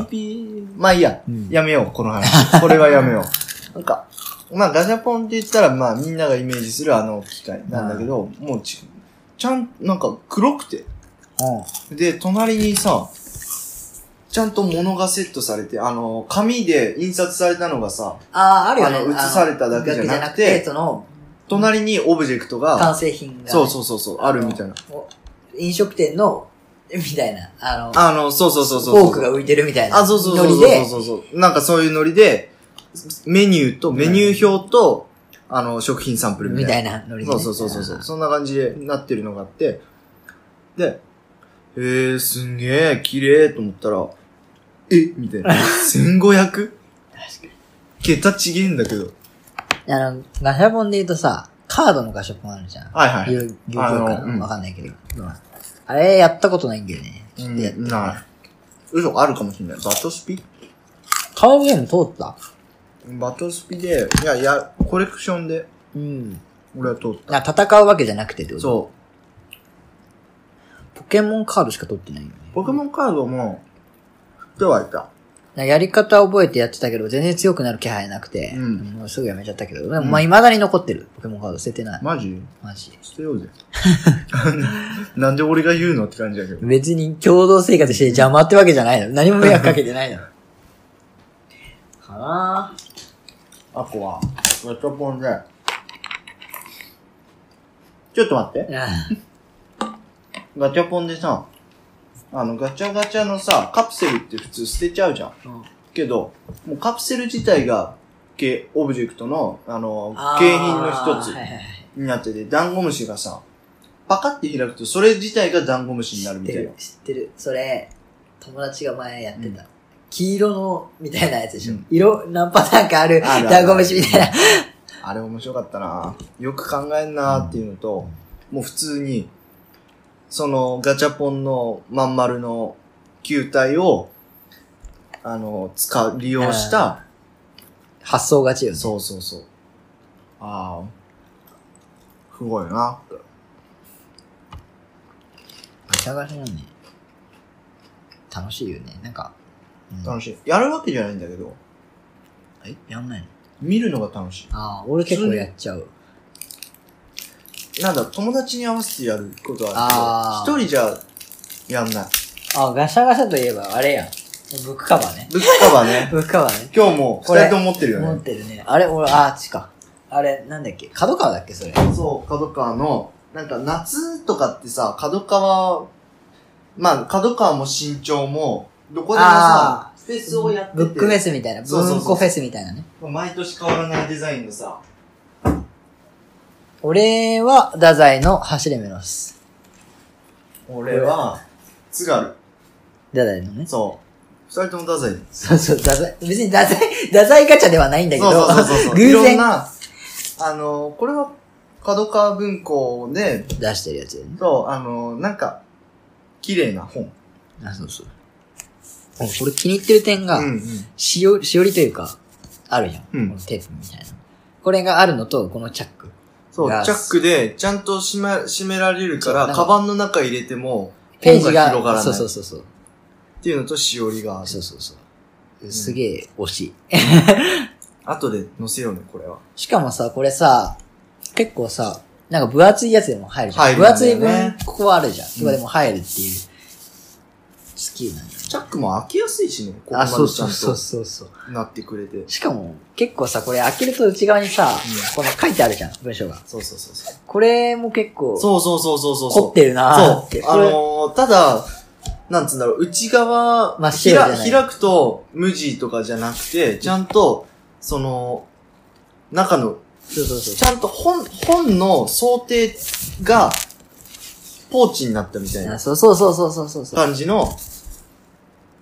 Speaker 1: の
Speaker 2: ?PP、まあいいや。
Speaker 1: うん
Speaker 2: やめよう、この話。これはやめよ う。なんか、まあガジャポンって言ったら、まあみんながイメージするあの機械なんだけど、もうち、ちゃん、なんか黒くて、
Speaker 1: う
Speaker 2: で、隣にさ、ちゃんと物がセットされて、あの、紙で印刷されたのがさ、
Speaker 1: ん。ああ、あるよね。
Speaker 2: あの映されただけじゃなくて
Speaker 1: だけじゃその、
Speaker 2: 隣にオブジェクトが、
Speaker 1: 完成品が。
Speaker 2: そうそうそうそう、あるみたいな。
Speaker 1: お飲食店の、みたいな、あの、
Speaker 2: あの、そうそうそうそう
Speaker 1: フ
Speaker 2: そう。
Speaker 1: ォークが浮いてるみたいな。
Speaker 2: あ、そうそうそう
Speaker 1: ノ
Speaker 2: そ
Speaker 1: リ
Speaker 2: う
Speaker 1: で
Speaker 2: そう、そうそう。なんかそういうノリで、メニューと、メニュー表と、あの、食品サンプルみ
Speaker 1: み
Speaker 2: た
Speaker 1: た
Speaker 2: い
Speaker 1: い
Speaker 2: な。
Speaker 1: なノリで
Speaker 2: そ
Speaker 1: ね。
Speaker 2: うそうそうそうそう。そんな感じでなってるのがあって、で、えー、すんげえ、綺麗と思ったら、えみ たいな。1500?
Speaker 1: 確か
Speaker 2: 桁違えんだけど。
Speaker 1: に。あの、ガシャポンで言うとさ、カードのガシャポンあるじゃん。
Speaker 2: はいはい。
Speaker 1: 有有料か
Speaker 2: あのうん
Speaker 1: なわかんないけど。あれやったことないんだよね。ちょっとやってみたい
Speaker 2: ない。嘘あるかもしれない。バトスピ
Speaker 1: カードゲーム通った
Speaker 2: バトスピで、いやいや、コレクションで
Speaker 1: うん。
Speaker 2: 俺は通った。
Speaker 1: な戦うわけじゃなくてってこと
Speaker 2: そ
Speaker 1: ポケモンカードしか取ってないよね。
Speaker 2: う。ポケモンカードも、手はいた。
Speaker 1: なやり方覚えてやってたけど、全然強くなる気配なくて、
Speaker 2: うん
Speaker 1: もうすぐやめちゃったけど、でも
Speaker 2: うん
Speaker 1: まあ未だに残ってる。ポケモンカード捨ててない。
Speaker 2: マジ
Speaker 1: マジ。
Speaker 2: 捨てよ うぜ。なんで俺が言うのって感じだけど。
Speaker 1: 別に共同生活して邪魔ってわけじゃないの。何も迷惑かけて ないの。か なぁ。
Speaker 2: あとは、ガチャポンで。ちょっと待って。ガチャポンでさ、あの、ガチャガチャのさ、カプセルって普通捨てちゃうじゃん。
Speaker 1: うん
Speaker 2: けど、もうカプセル自体が、けオブジェクトの、あの
Speaker 1: あ、ー
Speaker 2: 景品の一つ
Speaker 1: はいはいはい
Speaker 2: になってて、ダンゴムシがさ、パカって開くと、それ自体がダンゴムシになるみ
Speaker 1: 知ったて
Speaker 2: いな
Speaker 1: る。知ってるそれ友達が前やってた、黄色のみたいなやつでしょ、
Speaker 2: うん
Speaker 1: 色何パターンかある
Speaker 2: あるある
Speaker 1: ダンゴムシみたいな
Speaker 2: あれ面白かったなよく考えんなっていうのと、もう普通に、そのガチャポンのまん丸の球体を、あの、使う、利用した、
Speaker 1: 発想がちよね。
Speaker 2: そうそうそう。ああ、すごいな。
Speaker 1: ガチャガチャなんね。楽しいよね。なんか。うん
Speaker 2: 楽しい。やるわけじゃないんだけど、
Speaker 1: えやんないの
Speaker 2: 見るのが楽し
Speaker 1: ああ、俺結構やっちゃう。
Speaker 2: い。なんだ、友達に合わせてやることは
Speaker 1: あ
Speaker 2: あ
Speaker 1: ー
Speaker 2: るけど、一人じゃやんない。
Speaker 1: ああ、ガシャガシャといえばあれやん。ブックカバーね。
Speaker 2: ブックカバー ね。
Speaker 1: ブックカバーね。
Speaker 2: 今日も二人とも持ってるよ
Speaker 1: 持っ
Speaker 2: ね。
Speaker 1: てるね。あれ、俺、ああ、ちか。あれ、なんだっけ角川だっけそれ。
Speaker 2: そう、角川の、なんか夏とかってさ、角川、まあ角川も身長も、どこでも
Speaker 1: あ、
Speaker 2: さフェスをやってて、
Speaker 1: ブックフェスみたいな。
Speaker 2: そうそうそう
Speaker 1: 文庫フェスみたいなね。
Speaker 2: 毎年変わらないデザインのさ、
Speaker 1: 俺は、太宰の走れメロス。
Speaker 2: 俺は、津軽。
Speaker 1: 太宰のね。
Speaker 2: そう。二人とも太宰。
Speaker 1: そうそう、太宰。別に太宰、太宰ガチャではないんだけど、
Speaker 2: そうそうそうそう。
Speaker 1: 偶然
Speaker 2: いろんな、あの、これは角川文庫で、
Speaker 1: 出してるやつだよね。
Speaker 2: そう、あの、なんか、綺麗な本。
Speaker 1: あ、そうそう。これ気に入ってる点が、
Speaker 2: うんうん。
Speaker 1: しお、しおりというか、あるやん。
Speaker 2: うん
Speaker 1: このテープみたいな。これがあるのと、このチャック。
Speaker 2: そう、
Speaker 1: が
Speaker 2: チャックで、ちゃんと閉め、閉められるから、
Speaker 1: そう
Speaker 2: カバンの中入れても、
Speaker 1: ページが、
Speaker 2: 本が広がらない
Speaker 1: そうそうそうそう。
Speaker 2: っていうのとしおりがあ
Speaker 1: そ
Speaker 2: る
Speaker 1: う。そうそう。すげえ惜しい。
Speaker 2: 後で載せようね、これは。
Speaker 1: しかもさ、これさ、結構さ、なんか分厚いやつでも入るじゃん。
Speaker 2: 入るん
Speaker 1: 分
Speaker 2: だよね
Speaker 1: 厚い分、ここはあるじゃん。
Speaker 2: ん
Speaker 1: とかでも入るっていう、好きなんだよね。
Speaker 2: チャックも開けやすいしね、ここま
Speaker 1: あ、
Speaker 2: で
Speaker 1: そう
Speaker 2: ち
Speaker 1: そうそう
Speaker 2: ゃ
Speaker 1: そうそう。
Speaker 2: んとなってくれて。
Speaker 1: しかも、結構さ、これ開けると内側にさ、この書いてあるじゃん、文章が。
Speaker 2: そうそうそうそう。
Speaker 1: これも結構、
Speaker 2: そうそうそうそうそう。
Speaker 1: 凝ってるなーって。
Speaker 2: そう。あのー、ただ、なんつうんだろう、内側、
Speaker 1: 真っ
Speaker 2: ひ
Speaker 1: 白じゃ
Speaker 2: ら
Speaker 1: ない
Speaker 2: 開くと無地とかじゃなくて、ちゃんと、その、中の、
Speaker 1: そうそうそう
Speaker 2: ち。ゃんと本、本の想定が、ポーチになったみたいな
Speaker 1: あそうそうそうそうそうそうそう。
Speaker 2: 感じの、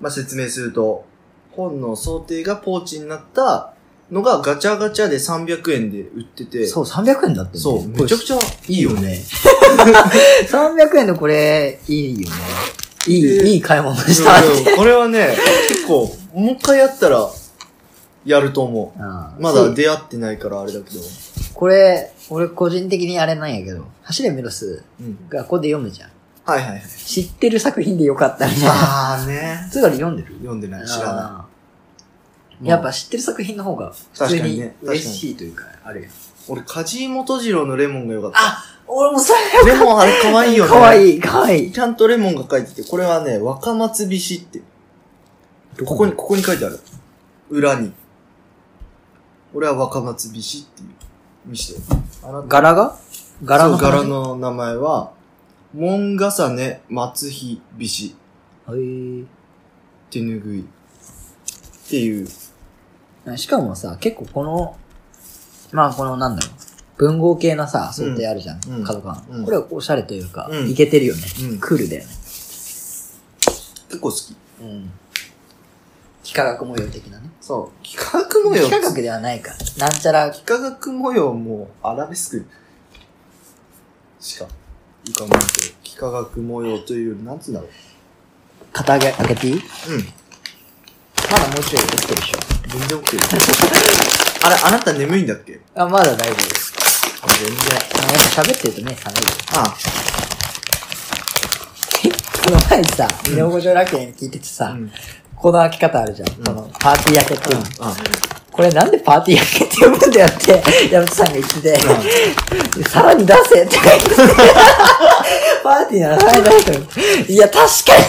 Speaker 2: まあ、説明すると、本の想定がポーチになったのがガチャガチャで300円で売ってて、
Speaker 1: そう、300円だった
Speaker 2: そう、めちゃく
Speaker 1: ゃ
Speaker 2: ちゃいいよね。。
Speaker 1: 300円のこれ、いいよね。い
Speaker 2: で
Speaker 1: い、いい買い物した。
Speaker 2: うん これはね、結構、もう一回やったら、やると思
Speaker 1: あ
Speaker 2: う。
Speaker 1: あ
Speaker 2: ま
Speaker 1: そ
Speaker 2: だ
Speaker 1: う
Speaker 2: 出会ってないからあれだけど。
Speaker 1: これ、俺個人的にあれなんやけど、走れメロス、
Speaker 2: うん。
Speaker 1: 学校で読むじゃん。
Speaker 2: はいはいはい。
Speaker 1: 知ってる作品でよかったみたいな。
Speaker 2: あーね。
Speaker 1: つがり読んでる
Speaker 2: 読んでない、知らな。
Speaker 1: ないやっぱ知ってる作品の方が、普
Speaker 2: 確
Speaker 1: 通
Speaker 2: かに
Speaker 1: に
Speaker 2: ね
Speaker 1: 嬉しいというか、あるよ。
Speaker 2: もう、俺、梶井元次郎のレモンが良かっ
Speaker 1: あ俺もそれ、
Speaker 2: た。レモンあれ可愛いよね。
Speaker 1: かわいい、かわいい。
Speaker 2: ちゃんとレモンが書いてて、これはね、若松菱って。ここに、ここに書いてある。裏に。俺は若松菱っていう。見して。あなた
Speaker 1: 柄が柄の
Speaker 2: そう柄
Speaker 1: 話。
Speaker 2: の名前は、門重ね松日菱
Speaker 1: へ
Speaker 2: 手ぬぐい。っていう。
Speaker 1: えしかもさ、結構この、まあこのなんだろう、文豪系なさ、想定あるじゃん
Speaker 2: うん、
Speaker 1: 角川
Speaker 2: うん
Speaker 1: の。これはおしゃれというか
Speaker 2: う、ん
Speaker 1: いけてるよね
Speaker 2: うん。
Speaker 1: クールだよね。
Speaker 2: 結構好き。
Speaker 1: うん。幾何学模様的なね。
Speaker 2: そう。企画模様。
Speaker 1: 幾何学ではないか。なんちゃら、
Speaker 2: 幾何学模様もアラベスクしか浮かんないけど、幾何学模様というより、なんつうんだろう。
Speaker 1: 肩上げ、開けていい
Speaker 2: うん。
Speaker 1: まだもうちょい起きてるでしょ。
Speaker 2: 全然 OK あれ、あなた眠いんだっけ
Speaker 1: あ、まだ大丈夫です。
Speaker 2: あ全然。
Speaker 1: あやっぱ喋ってると目覚める。
Speaker 2: あ
Speaker 1: この前さ、ネオ五条楽園聞いててさ、
Speaker 2: うん
Speaker 1: この開け方あるじゃん。このパーティー開けっていうの、
Speaker 2: あ、
Speaker 1: これなんでパーティー開けって呼ぶんだよって、山本さんが言ってて、さらに出せって言ってて、パーティーならさらに出せと思って。いや、確かに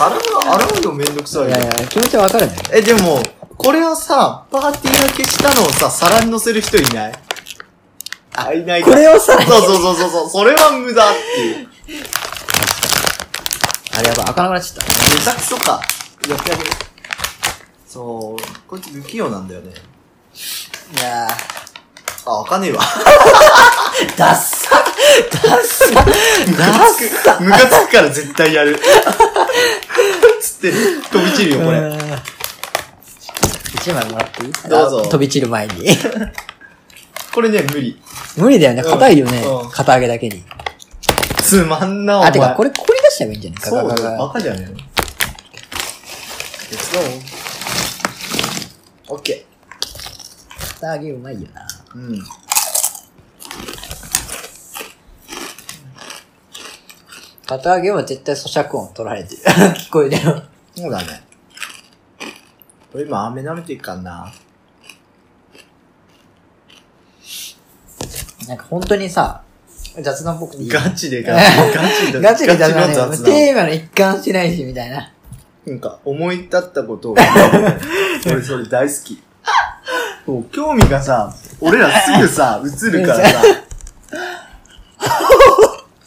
Speaker 2: あれは、あれはでもめんどくさい
Speaker 1: い
Speaker 2: よ
Speaker 1: や。いや、気持ちはわかるんだけ
Speaker 2: え、でも、これをさ、パーティー分けしたのをさ、皿に乗せる人いないあ、いない
Speaker 1: ど。これをさらに、
Speaker 2: そうそうそうそうそう、それは無駄っていう。
Speaker 1: あれやばい、開かなくなっちゃった。
Speaker 2: 下手くそか。やってあげる。そう、こいつ不器用なんだよね。
Speaker 1: いや
Speaker 2: あ、開かねえわ。
Speaker 1: ー、ダッサダッサダッサ
Speaker 2: ムカつくから絶対 やる。つって、飛び散るよ、これ。
Speaker 1: うん一枚もらっていい
Speaker 2: どうぞ
Speaker 1: あ飛び散る前に。
Speaker 2: これね、無理。
Speaker 1: 無理だよね。
Speaker 2: うん
Speaker 1: 硬いよね
Speaker 2: うん。
Speaker 1: 片揚げだけに。
Speaker 2: つまんな、お前。
Speaker 1: あ、てか、これ氷出しちゃえばいいんじゃないか
Speaker 2: そう
Speaker 1: ガ
Speaker 2: だ
Speaker 1: ガ
Speaker 2: よ、
Speaker 1: ガ
Speaker 2: バカじゃねえの。Let's go. オッケ
Speaker 1: 片揚げうまいよな。
Speaker 2: ー。うん。
Speaker 1: 片揚げは絶対咀嚼音取られてる。 聞こえてる。
Speaker 2: そうだね。これ今、飴舐めていくからな。
Speaker 1: なんか本当にさ、雑談っぽくていい。
Speaker 2: ガチ でガチ。ガチで
Speaker 1: ガチで雑
Speaker 2: ガ
Speaker 1: 談
Speaker 2: チ
Speaker 1: ね
Speaker 2: の雑
Speaker 1: テー
Speaker 2: 談。
Speaker 1: マの一貫してないし、みたいな。
Speaker 2: なんか、思い立ったことを。俺、それ大好き。こう興味がさ、俺らすぐ さ、映るからさ、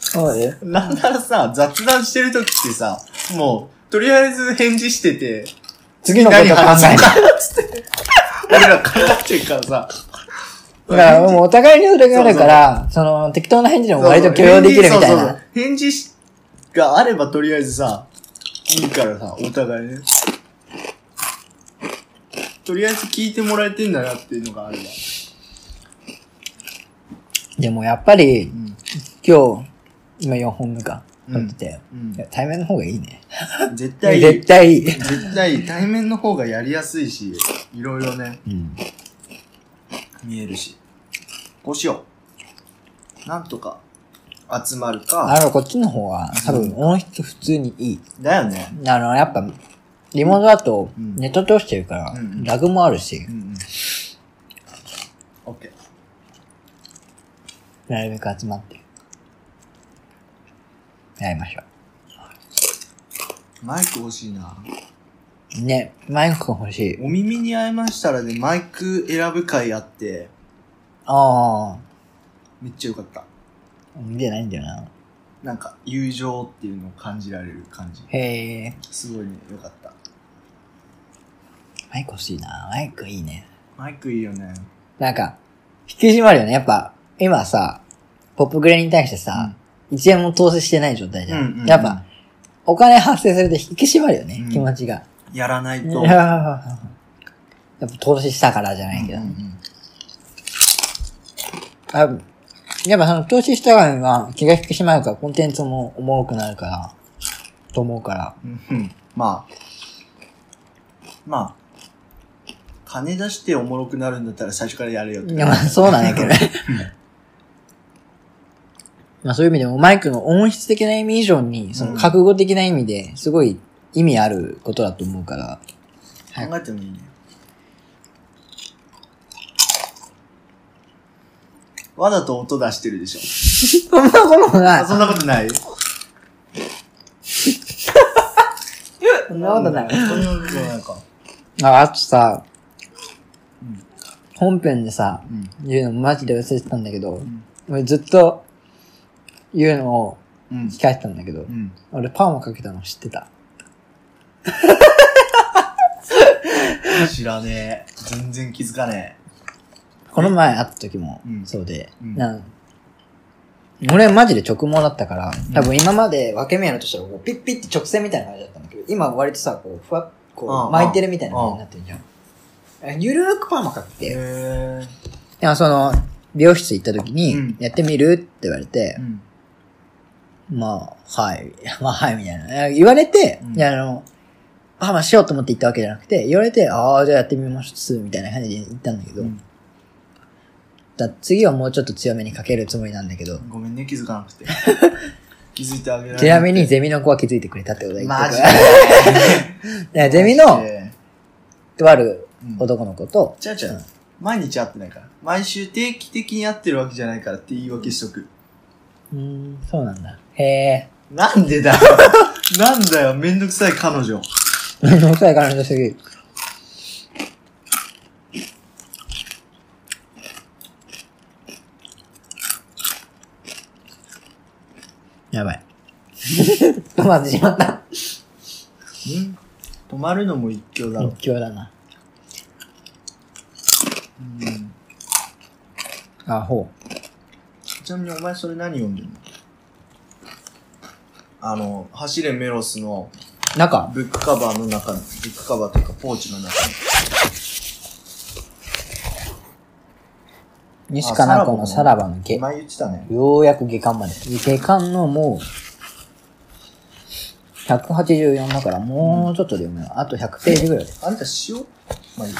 Speaker 1: そうだよ。
Speaker 2: なんならさ、雑談してる時ってさ、もう、とりあえず返事してて、
Speaker 1: 次のこと考
Speaker 2: 何話そ
Speaker 1: え
Speaker 2: う
Speaker 1: る。
Speaker 2: かっつって。俺ら考えてるからさ。
Speaker 1: だから、もうお互いにそれがあるから、その、適当な返事でも割と許容できるみたい
Speaker 2: そうそうそう
Speaker 1: な。。
Speaker 2: 返事があればとりあえずさ、いいからさ、お互いね。とりあえず聞いてもらえてんだなっていうのがあれば。
Speaker 1: でもやっぱり
Speaker 2: う、ん。
Speaker 1: 今日、今4本目か。
Speaker 2: うん
Speaker 1: 撮ってて。
Speaker 2: うん
Speaker 1: いや対面の方がいいね。
Speaker 2: 絶対いい。
Speaker 1: 絶対いい。
Speaker 2: 絶対対面の方がやりやすいし、いろいろね、
Speaker 1: うん。
Speaker 2: 見えるし。こうしよう。なんとか、集まるか。
Speaker 1: あの、こっちの方は、多分音質普通にいい。
Speaker 2: だよね。
Speaker 1: あの、やっぱ、リモートだと、
Speaker 2: うん
Speaker 1: ネット通してるから
Speaker 2: うんうん、
Speaker 1: ラグもあるし
Speaker 2: う、んうん。オッケー。
Speaker 1: なるべく集まって。やりましょ
Speaker 2: マイク欲しいな。
Speaker 1: う。ね、マイク欲しい。
Speaker 2: お耳に合いましたらで、マイク選ぶ会あって、
Speaker 1: ああ、
Speaker 2: めっちゃ良かった。
Speaker 1: 見てないんだよな。
Speaker 2: なんか、友情っていうのを感じられる感じ。
Speaker 1: へえ、
Speaker 2: すごいね、良かった。
Speaker 1: マイク欲しいな。マイクいいね。
Speaker 2: マイクいいよね。
Speaker 1: なんか、引き締まるよね。やっぱ、今さ、ポップグレに対してさ、一円も投資してない状態じゃん。
Speaker 2: うんうん
Speaker 1: やっぱ、お金発生すると引き締まるよね、
Speaker 2: うん
Speaker 1: 気持ちが。
Speaker 2: やらないと。
Speaker 1: いややっぱ投資したからじゃないけど。
Speaker 2: うんうん
Speaker 1: あやっぱその投資した側には気が引き締まるから、コンテンツもおもろくなるから、と思うから。
Speaker 2: うんうんまあ、まあ、金出しておもろくなるんだったら最初からやれよって
Speaker 1: いや、まあそうなんやけどね。まあそういう意味でもマイクの音質的な意味以上に、その覚悟的な意味で、すごい意味あることだと思うから。
Speaker 2: 考えてもいいね。わざと音出してるでしょ。
Speaker 1: そんなことな
Speaker 2: あ、
Speaker 1: い。
Speaker 2: そんなことない
Speaker 1: そんなことない。
Speaker 2: そんなことないか。
Speaker 1: あ、あとさ
Speaker 2: うん、
Speaker 1: 本編でさ、
Speaker 2: うん。
Speaker 1: 言うのマジで忘れてたんだけど
Speaker 2: ん、
Speaker 1: 俺ずっと言うのを
Speaker 2: うん。
Speaker 1: 控えてたんだけど
Speaker 2: う、ん。
Speaker 1: 俺パーマかけたの知ってた。
Speaker 2: 知らねえ。全然気づかね
Speaker 1: この前会った時も
Speaker 2: うん
Speaker 1: そうで、
Speaker 2: うん
Speaker 1: なん俺はマジで直毛だったから
Speaker 2: う、ん
Speaker 1: 多分今まで分け目やるとしたらこうピッピッって直線みたいな感じだったんだけど、今割とさ、こう、ふわっ、
Speaker 2: あ
Speaker 1: こ
Speaker 2: あ
Speaker 1: う、巻いてるみたいな感じになってるじゃん。ゆるーくパーマかけ
Speaker 2: え。
Speaker 1: て、
Speaker 2: へ
Speaker 1: でもその、美容室行った時
Speaker 2: う
Speaker 1: に
Speaker 2: ん、
Speaker 1: やってみるって言われて
Speaker 2: う、ん。
Speaker 1: まあ、はい、 まあ、はい、みたいな。言われて、
Speaker 2: うん
Speaker 1: いやあの、パーマしようと思って行ったわけじゃなくて、言われて、ああ、じゃあやってみます、みたいな感じで行ったんだけど、
Speaker 2: うん
Speaker 1: だ次はもうちょっと強めにかけるつもりなんだけど、
Speaker 2: ごめんね、気づかな くて。気づいてあげられ
Speaker 1: ちなみにゼミの子は気づいてくれたってことは言
Speaker 2: マ
Speaker 1: っ
Speaker 2: ジ
Speaker 1: て
Speaker 2: で
Speaker 1: くれ。い やゼミ
Speaker 2: マジ
Speaker 1: の、
Speaker 2: で
Speaker 1: とある
Speaker 2: うん
Speaker 1: 男の子と、
Speaker 2: ちゃうちゃう。毎日会ってないから。毎週定期的に会ってるわけじゃないからって言い訳しとく。
Speaker 1: うーん、そうなんだ。へえ。
Speaker 2: なんでだよ。なんだよ、めんどくさい彼女。
Speaker 1: 6歳からの時。やばい。止まってしまった。
Speaker 2: うん止まるのも一興だろ。
Speaker 1: 一応だな。
Speaker 2: うん
Speaker 1: あ、ほう。
Speaker 2: ちなみにお前それ何読んでんのあの、走れメロスの
Speaker 1: 中
Speaker 2: ブックカバーの中の、ブックカバーというかポーチの中に、
Speaker 1: 西加奈子のさらばの下。
Speaker 2: 前言ってたね。
Speaker 1: ようやく下巻まで。下巻のもう、184だからもうちょっとで読めない。あと100ページぐらいで。
Speaker 2: あんた塩まあいい。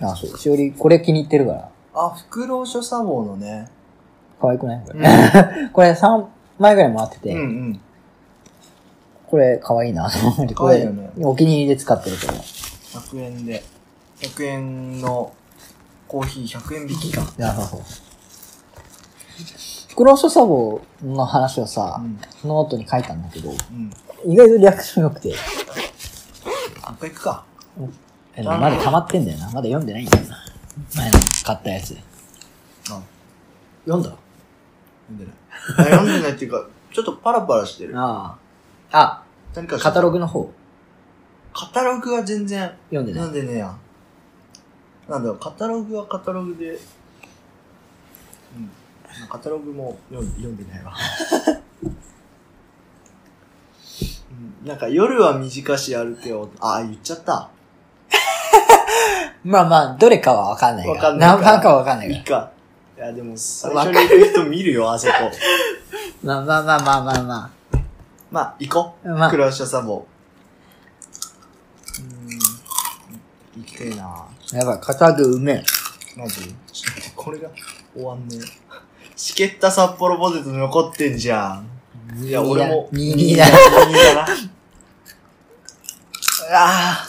Speaker 1: あそう。しおり、これ気に入ってるから。
Speaker 2: あ、フ老所作法のね。
Speaker 1: 可愛くないこれ。
Speaker 2: う
Speaker 1: これ3枚ぐらい回ってて、
Speaker 2: んうん。
Speaker 1: これ可愛い なと思って、こ
Speaker 2: 可愛い
Speaker 1: れ
Speaker 2: よね
Speaker 1: お気に入りで使ってるけど。
Speaker 2: 100円で。100円のコーヒー100円引きか。
Speaker 1: なるほど。袋書サボの話をさ、
Speaker 2: うん。
Speaker 1: ノートに書いたんだけど、
Speaker 2: うん。
Speaker 1: 意外とリアクション良くて、
Speaker 2: もう一回行くか。
Speaker 1: えまだ溜まってんだよな。まだ読んでないんだよな。前の買ったやつ。
Speaker 2: あ、
Speaker 1: 読んだ
Speaker 2: 読んでない。あ読んでないっていうか、ちょっとパラパラしてる。
Speaker 1: ああ。
Speaker 2: 何
Speaker 1: あ、
Speaker 2: か
Speaker 1: カタロ
Speaker 2: グ。
Speaker 1: グの方
Speaker 2: カタログは全然。
Speaker 1: 読んで
Speaker 2: な
Speaker 1: ない
Speaker 2: ん。でねえや。なんだろう、カタログはカタログで、うん。カタログも読ん読んでないわ。うんなんか夜は短し歩けを、あ、言っちゃった。
Speaker 1: まあまあ、どれかはわかんない
Speaker 2: わ
Speaker 1: か。
Speaker 2: からんないから
Speaker 1: 何番かはわかんない
Speaker 2: い
Speaker 1: か
Speaker 2: いか。いや、でも最初に行く人見るよ、あそこ。
Speaker 1: ら。まあまあまあまあまあま
Speaker 2: まあ、行こう。
Speaker 1: まあ
Speaker 2: クラッシャサボ。うん。行きたいな
Speaker 1: あ。やばい、カタログうめえ。
Speaker 2: マジちょっと待ってこれが終わんねえ。しけった札幌ポテト残ってんじゃん。いや、
Speaker 1: 22
Speaker 2: 俺も。
Speaker 1: 22だ
Speaker 2: 22だな。ああ。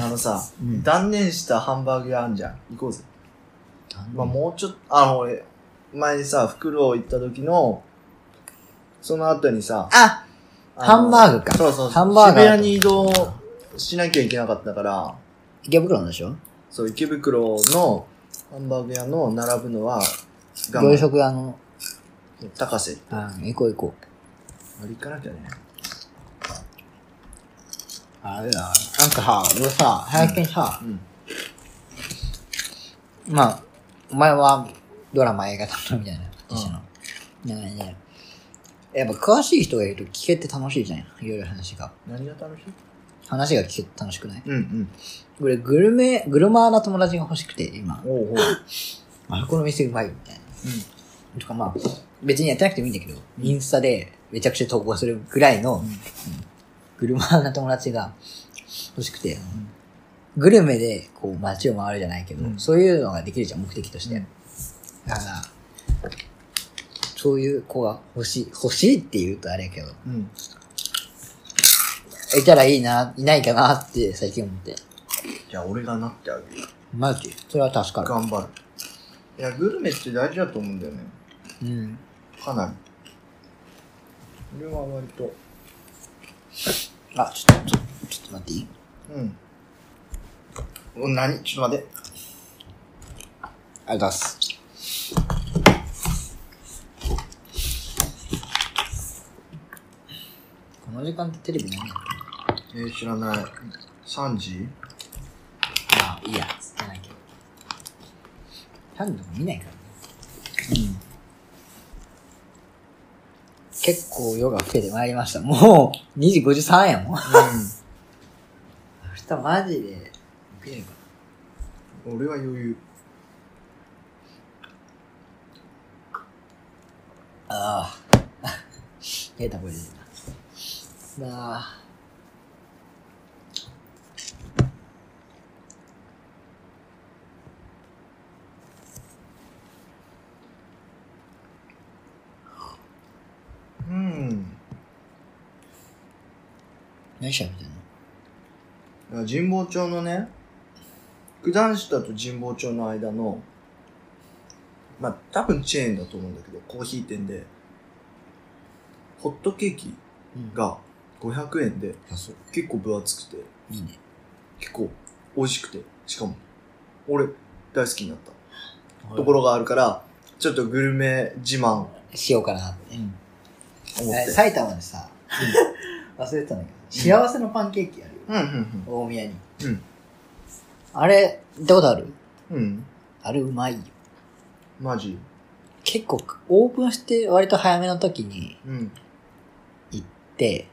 Speaker 2: あのさ、
Speaker 1: うん
Speaker 2: 断念したハンバーグ屋あんじゃん。行こうぜ。ま
Speaker 1: も
Speaker 2: あ、もうちょっと、あの、俺、前にさ、フクロウ行った時の、その後にさ、
Speaker 1: あ
Speaker 2: あの
Speaker 1: ハンバーグか
Speaker 2: そうそうそう。
Speaker 1: ハンバーガー
Speaker 2: 渋谷に移動しなきゃいけなかったから、
Speaker 1: 池袋のでしょ
Speaker 2: そう、池袋のハンバーグ屋の並ぶのは、我
Speaker 1: 同
Speaker 2: 慢
Speaker 1: 食あの、
Speaker 2: 高瀬。
Speaker 1: あ行こう行こう。
Speaker 2: あれ行かなきゃね。
Speaker 1: あれだ、なんかさ、俺さ、最近さ
Speaker 2: う、ん。
Speaker 1: まあ、お前はドラマ映画撮ったみたいな、一緒の。なんかね、やっぱ詳しい人がいると聞けて楽しいじゃん。いろいろ話が。
Speaker 2: 何が楽しい
Speaker 1: 話が聞けて楽しくない
Speaker 2: うんうん。
Speaker 1: 俺、グルメ、グルマーな友達が欲しくて、今。
Speaker 2: おうおう。
Speaker 1: あ、この店うまいよみたいな。とかまあ、別にやってなくてもいいんだけど、インスタでめちゃくちゃ投稿するぐらいの、うんグルマーな友達が欲しくて、グルメでこう街を回るじゃないけど、
Speaker 2: うん
Speaker 1: そういうのができるじゃん、目的として。
Speaker 2: うん
Speaker 1: だから、そういう子が欲しい、欲しいって言うとあれやけど、
Speaker 2: うん。うん。
Speaker 1: いたらいいな、いないかなって最近思って。
Speaker 2: じゃあ俺がなってあげる。
Speaker 1: マジそれは助か
Speaker 2: 頑張る。いや、グルメって大事だと思うんだよね。
Speaker 1: る。うん。
Speaker 2: かなり。俺は割と。
Speaker 1: あ、ちょっと、ちょちょっと待っていい
Speaker 2: うん。お何ちょっと待って。
Speaker 1: ありがとうございます。この時間ってテレビ何やってる
Speaker 2: えー、知らない。3時
Speaker 1: ああ、いいや、つってないけど。キャンドル見ないからね。結構夜が更けてまいりました。もう、2時53やもん。明日マジで、起きれば。
Speaker 2: うん。俺は余裕。
Speaker 1: ああ。出た声出てた。なあ。
Speaker 2: うん。
Speaker 1: 何しゃべってんの
Speaker 2: だから神保町のね、九段下と神保町の間の、まあ、多分チェーンだと思うんだけど、コーヒー店で、ホットケーキ
Speaker 1: うん。
Speaker 2: が500円で、
Speaker 1: 安い。
Speaker 2: 結構分厚くて、
Speaker 1: いいね。
Speaker 2: 結構美味しくて、しかも、俺、大好きになったところがあるから、ちょっとグルメ自慢思
Speaker 1: しようかなって。
Speaker 2: って
Speaker 1: え。埼玉でさ、忘れてたんだけど、幸せのパンケーキあるよ。
Speaker 2: うん、うん、
Speaker 1: 大宮に。
Speaker 2: うん
Speaker 1: あれ、行ったことある
Speaker 2: うん。うん。
Speaker 1: あれうまいよ。
Speaker 2: マジ
Speaker 1: 結構、オープンして割と早めの時に
Speaker 2: うん。
Speaker 1: 行って、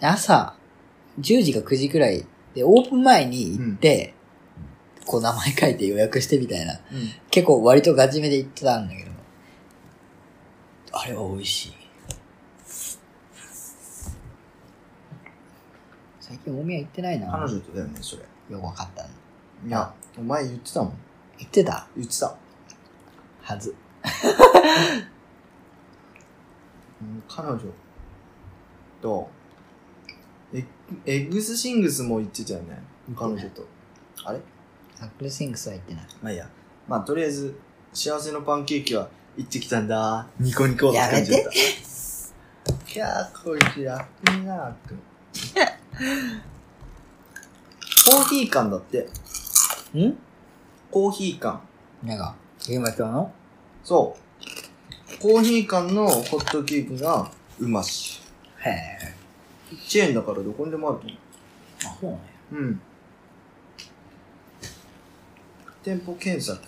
Speaker 1: 朝、10時か9時くらいで、オープン前に行って、こう名前書いて予約してみたいな。
Speaker 2: うん。
Speaker 1: 結構割とガチめで言ってたんだけど。あれは美味しい。最近大宮行ってないな。
Speaker 2: 彼女とだよね、それ。
Speaker 1: よくわかったの。
Speaker 2: いや、お前言ってたもん。
Speaker 1: 行ってた
Speaker 2: 言ってた。
Speaker 1: はず。
Speaker 2: うん彼女と、エッエッグスシングスも言ってたよね。彼女と。あれ
Speaker 1: アップルシングスは行ってない。
Speaker 2: まあいいや。まあとりあえず、幸せのパンケーキは行ってきたんだ。ニコニコって感じだった。いやー、こいつやってんなーって思う。コーヒー缶だって。
Speaker 1: ん
Speaker 2: コーヒー缶。
Speaker 1: なんか、今今日の
Speaker 2: そう。コーヒー缶のホットケーキがうまし。
Speaker 1: へえ。
Speaker 2: チェーンだからどこにでもあると思
Speaker 1: あ、そうね。
Speaker 2: う。うん。店舗検索。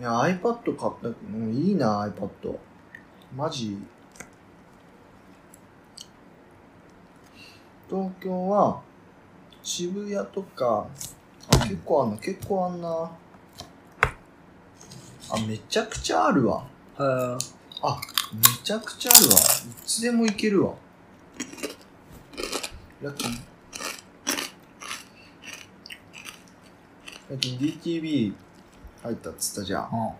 Speaker 2: いや、iPad 買ったけど、もういいな、iPad。マジ。東京は、渋谷とか、あ、結構あんな、結構あんな。あ、めちゃくちゃあるわ。
Speaker 1: へえ。
Speaker 2: あ、めちゃくちゃあるわ。いつでもいけるわ。ラッキー。ラッキー DTV 入ったっつったじゃん。
Speaker 1: う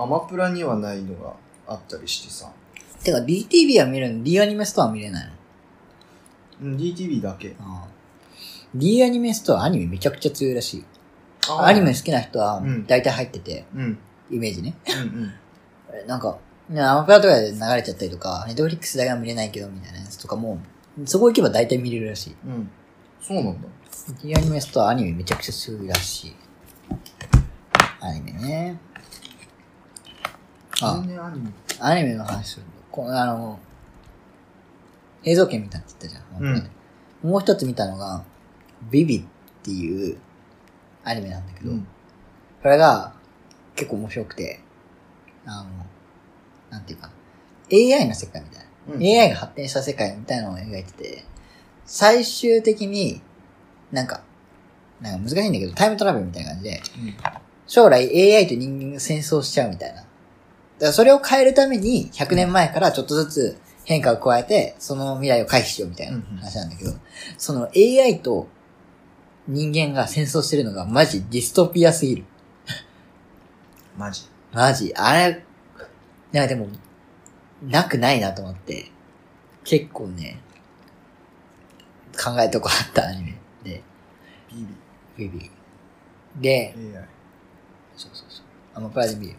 Speaker 2: アマプラにはないのがあったりしてさ。
Speaker 1: ん。てか DTV は見るの ?D アニメストアは見れないの
Speaker 2: うん、DTV だけ。
Speaker 1: ああ D アニメストアアニメめちゃくちゃ強いらしい。アニメ好きな人は
Speaker 2: うん
Speaker 1: 大体入ってて、
Speaker 2: うん。うん
Speaker 1: イメージね。
Speaker 2: うん。
Speaker 1: えなんか、ねアマプラとかで流れちゃったりとか、ネットフリックスだけは見れないけどみたいなやつとかも、そこ行けば大体見れるらしい。
Speaker 2: うん。そうなんだ。
Speaker 1: D アニメストアアニメめちゃくちゃ強いらしい。アニメね。あ
Speaker 2: 全、然アニメ。
Speaker 1: アニメの話すると、こあの、映像券見たって言ったじゃん。
Speaker 2: うん
Speaker 1: もう一つ見たのが、ビビっていうアニメなんだけど、
Speaker 2: うん。
Speaker 1: これが結構面白くて、あの、なんていうか、AI の世界みたいな。
Speaker 2: うん、
Speaker 1: AI が発展した世界みたいなのを描いてて、最終的になんか、なんか難しいんだけど、タイムトラベルみたいな感じで、
Speaker 2: うん。
Speaker 1: 将来 AI と人間が戦争しちゃうみたいな。だからそれを変えるために100年前からちょっとずつ変化を加えて、その未来を回避しようみたいな話なんだけど、その AI と人間が戦争してるのがマジディストピアすぎる。
Speaker 2: マジ。
Speaker 1: マジ、あれ、なんかでも、なくないなと思って、結構ね、考えとこあったアニメで、ビ
Speaker 2: ビ
Speaker 1: ビ。で、
Speaker 2: ビ。AI。
Speaker 1: そうそうそう。アマプラで見る。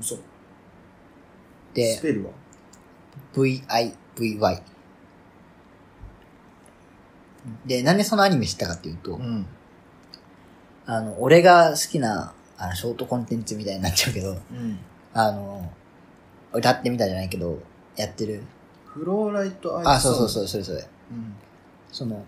Speaker 2: 嘘。ス
Speaker 1: で、
Speaker 2: ペルは
Speaker 1: VIVY。で、なんでそのアニメ知ったかっていうと、
Speaker 2: ん。
Speaker 1: あの、俺が好きな、あの、ショートコンテンツみたいになっちゃうけど、
Speaker 2: うん。
Speaker 1: あの、歌ってみたじゃないけど、やってる。
Speaker 2: フローライトアイ
Speaker 1: あ、そうそう
Speaker 2: う。
Speaker 1: そう、それそれ。
Speaker 2: うん。
Speaker 1: その、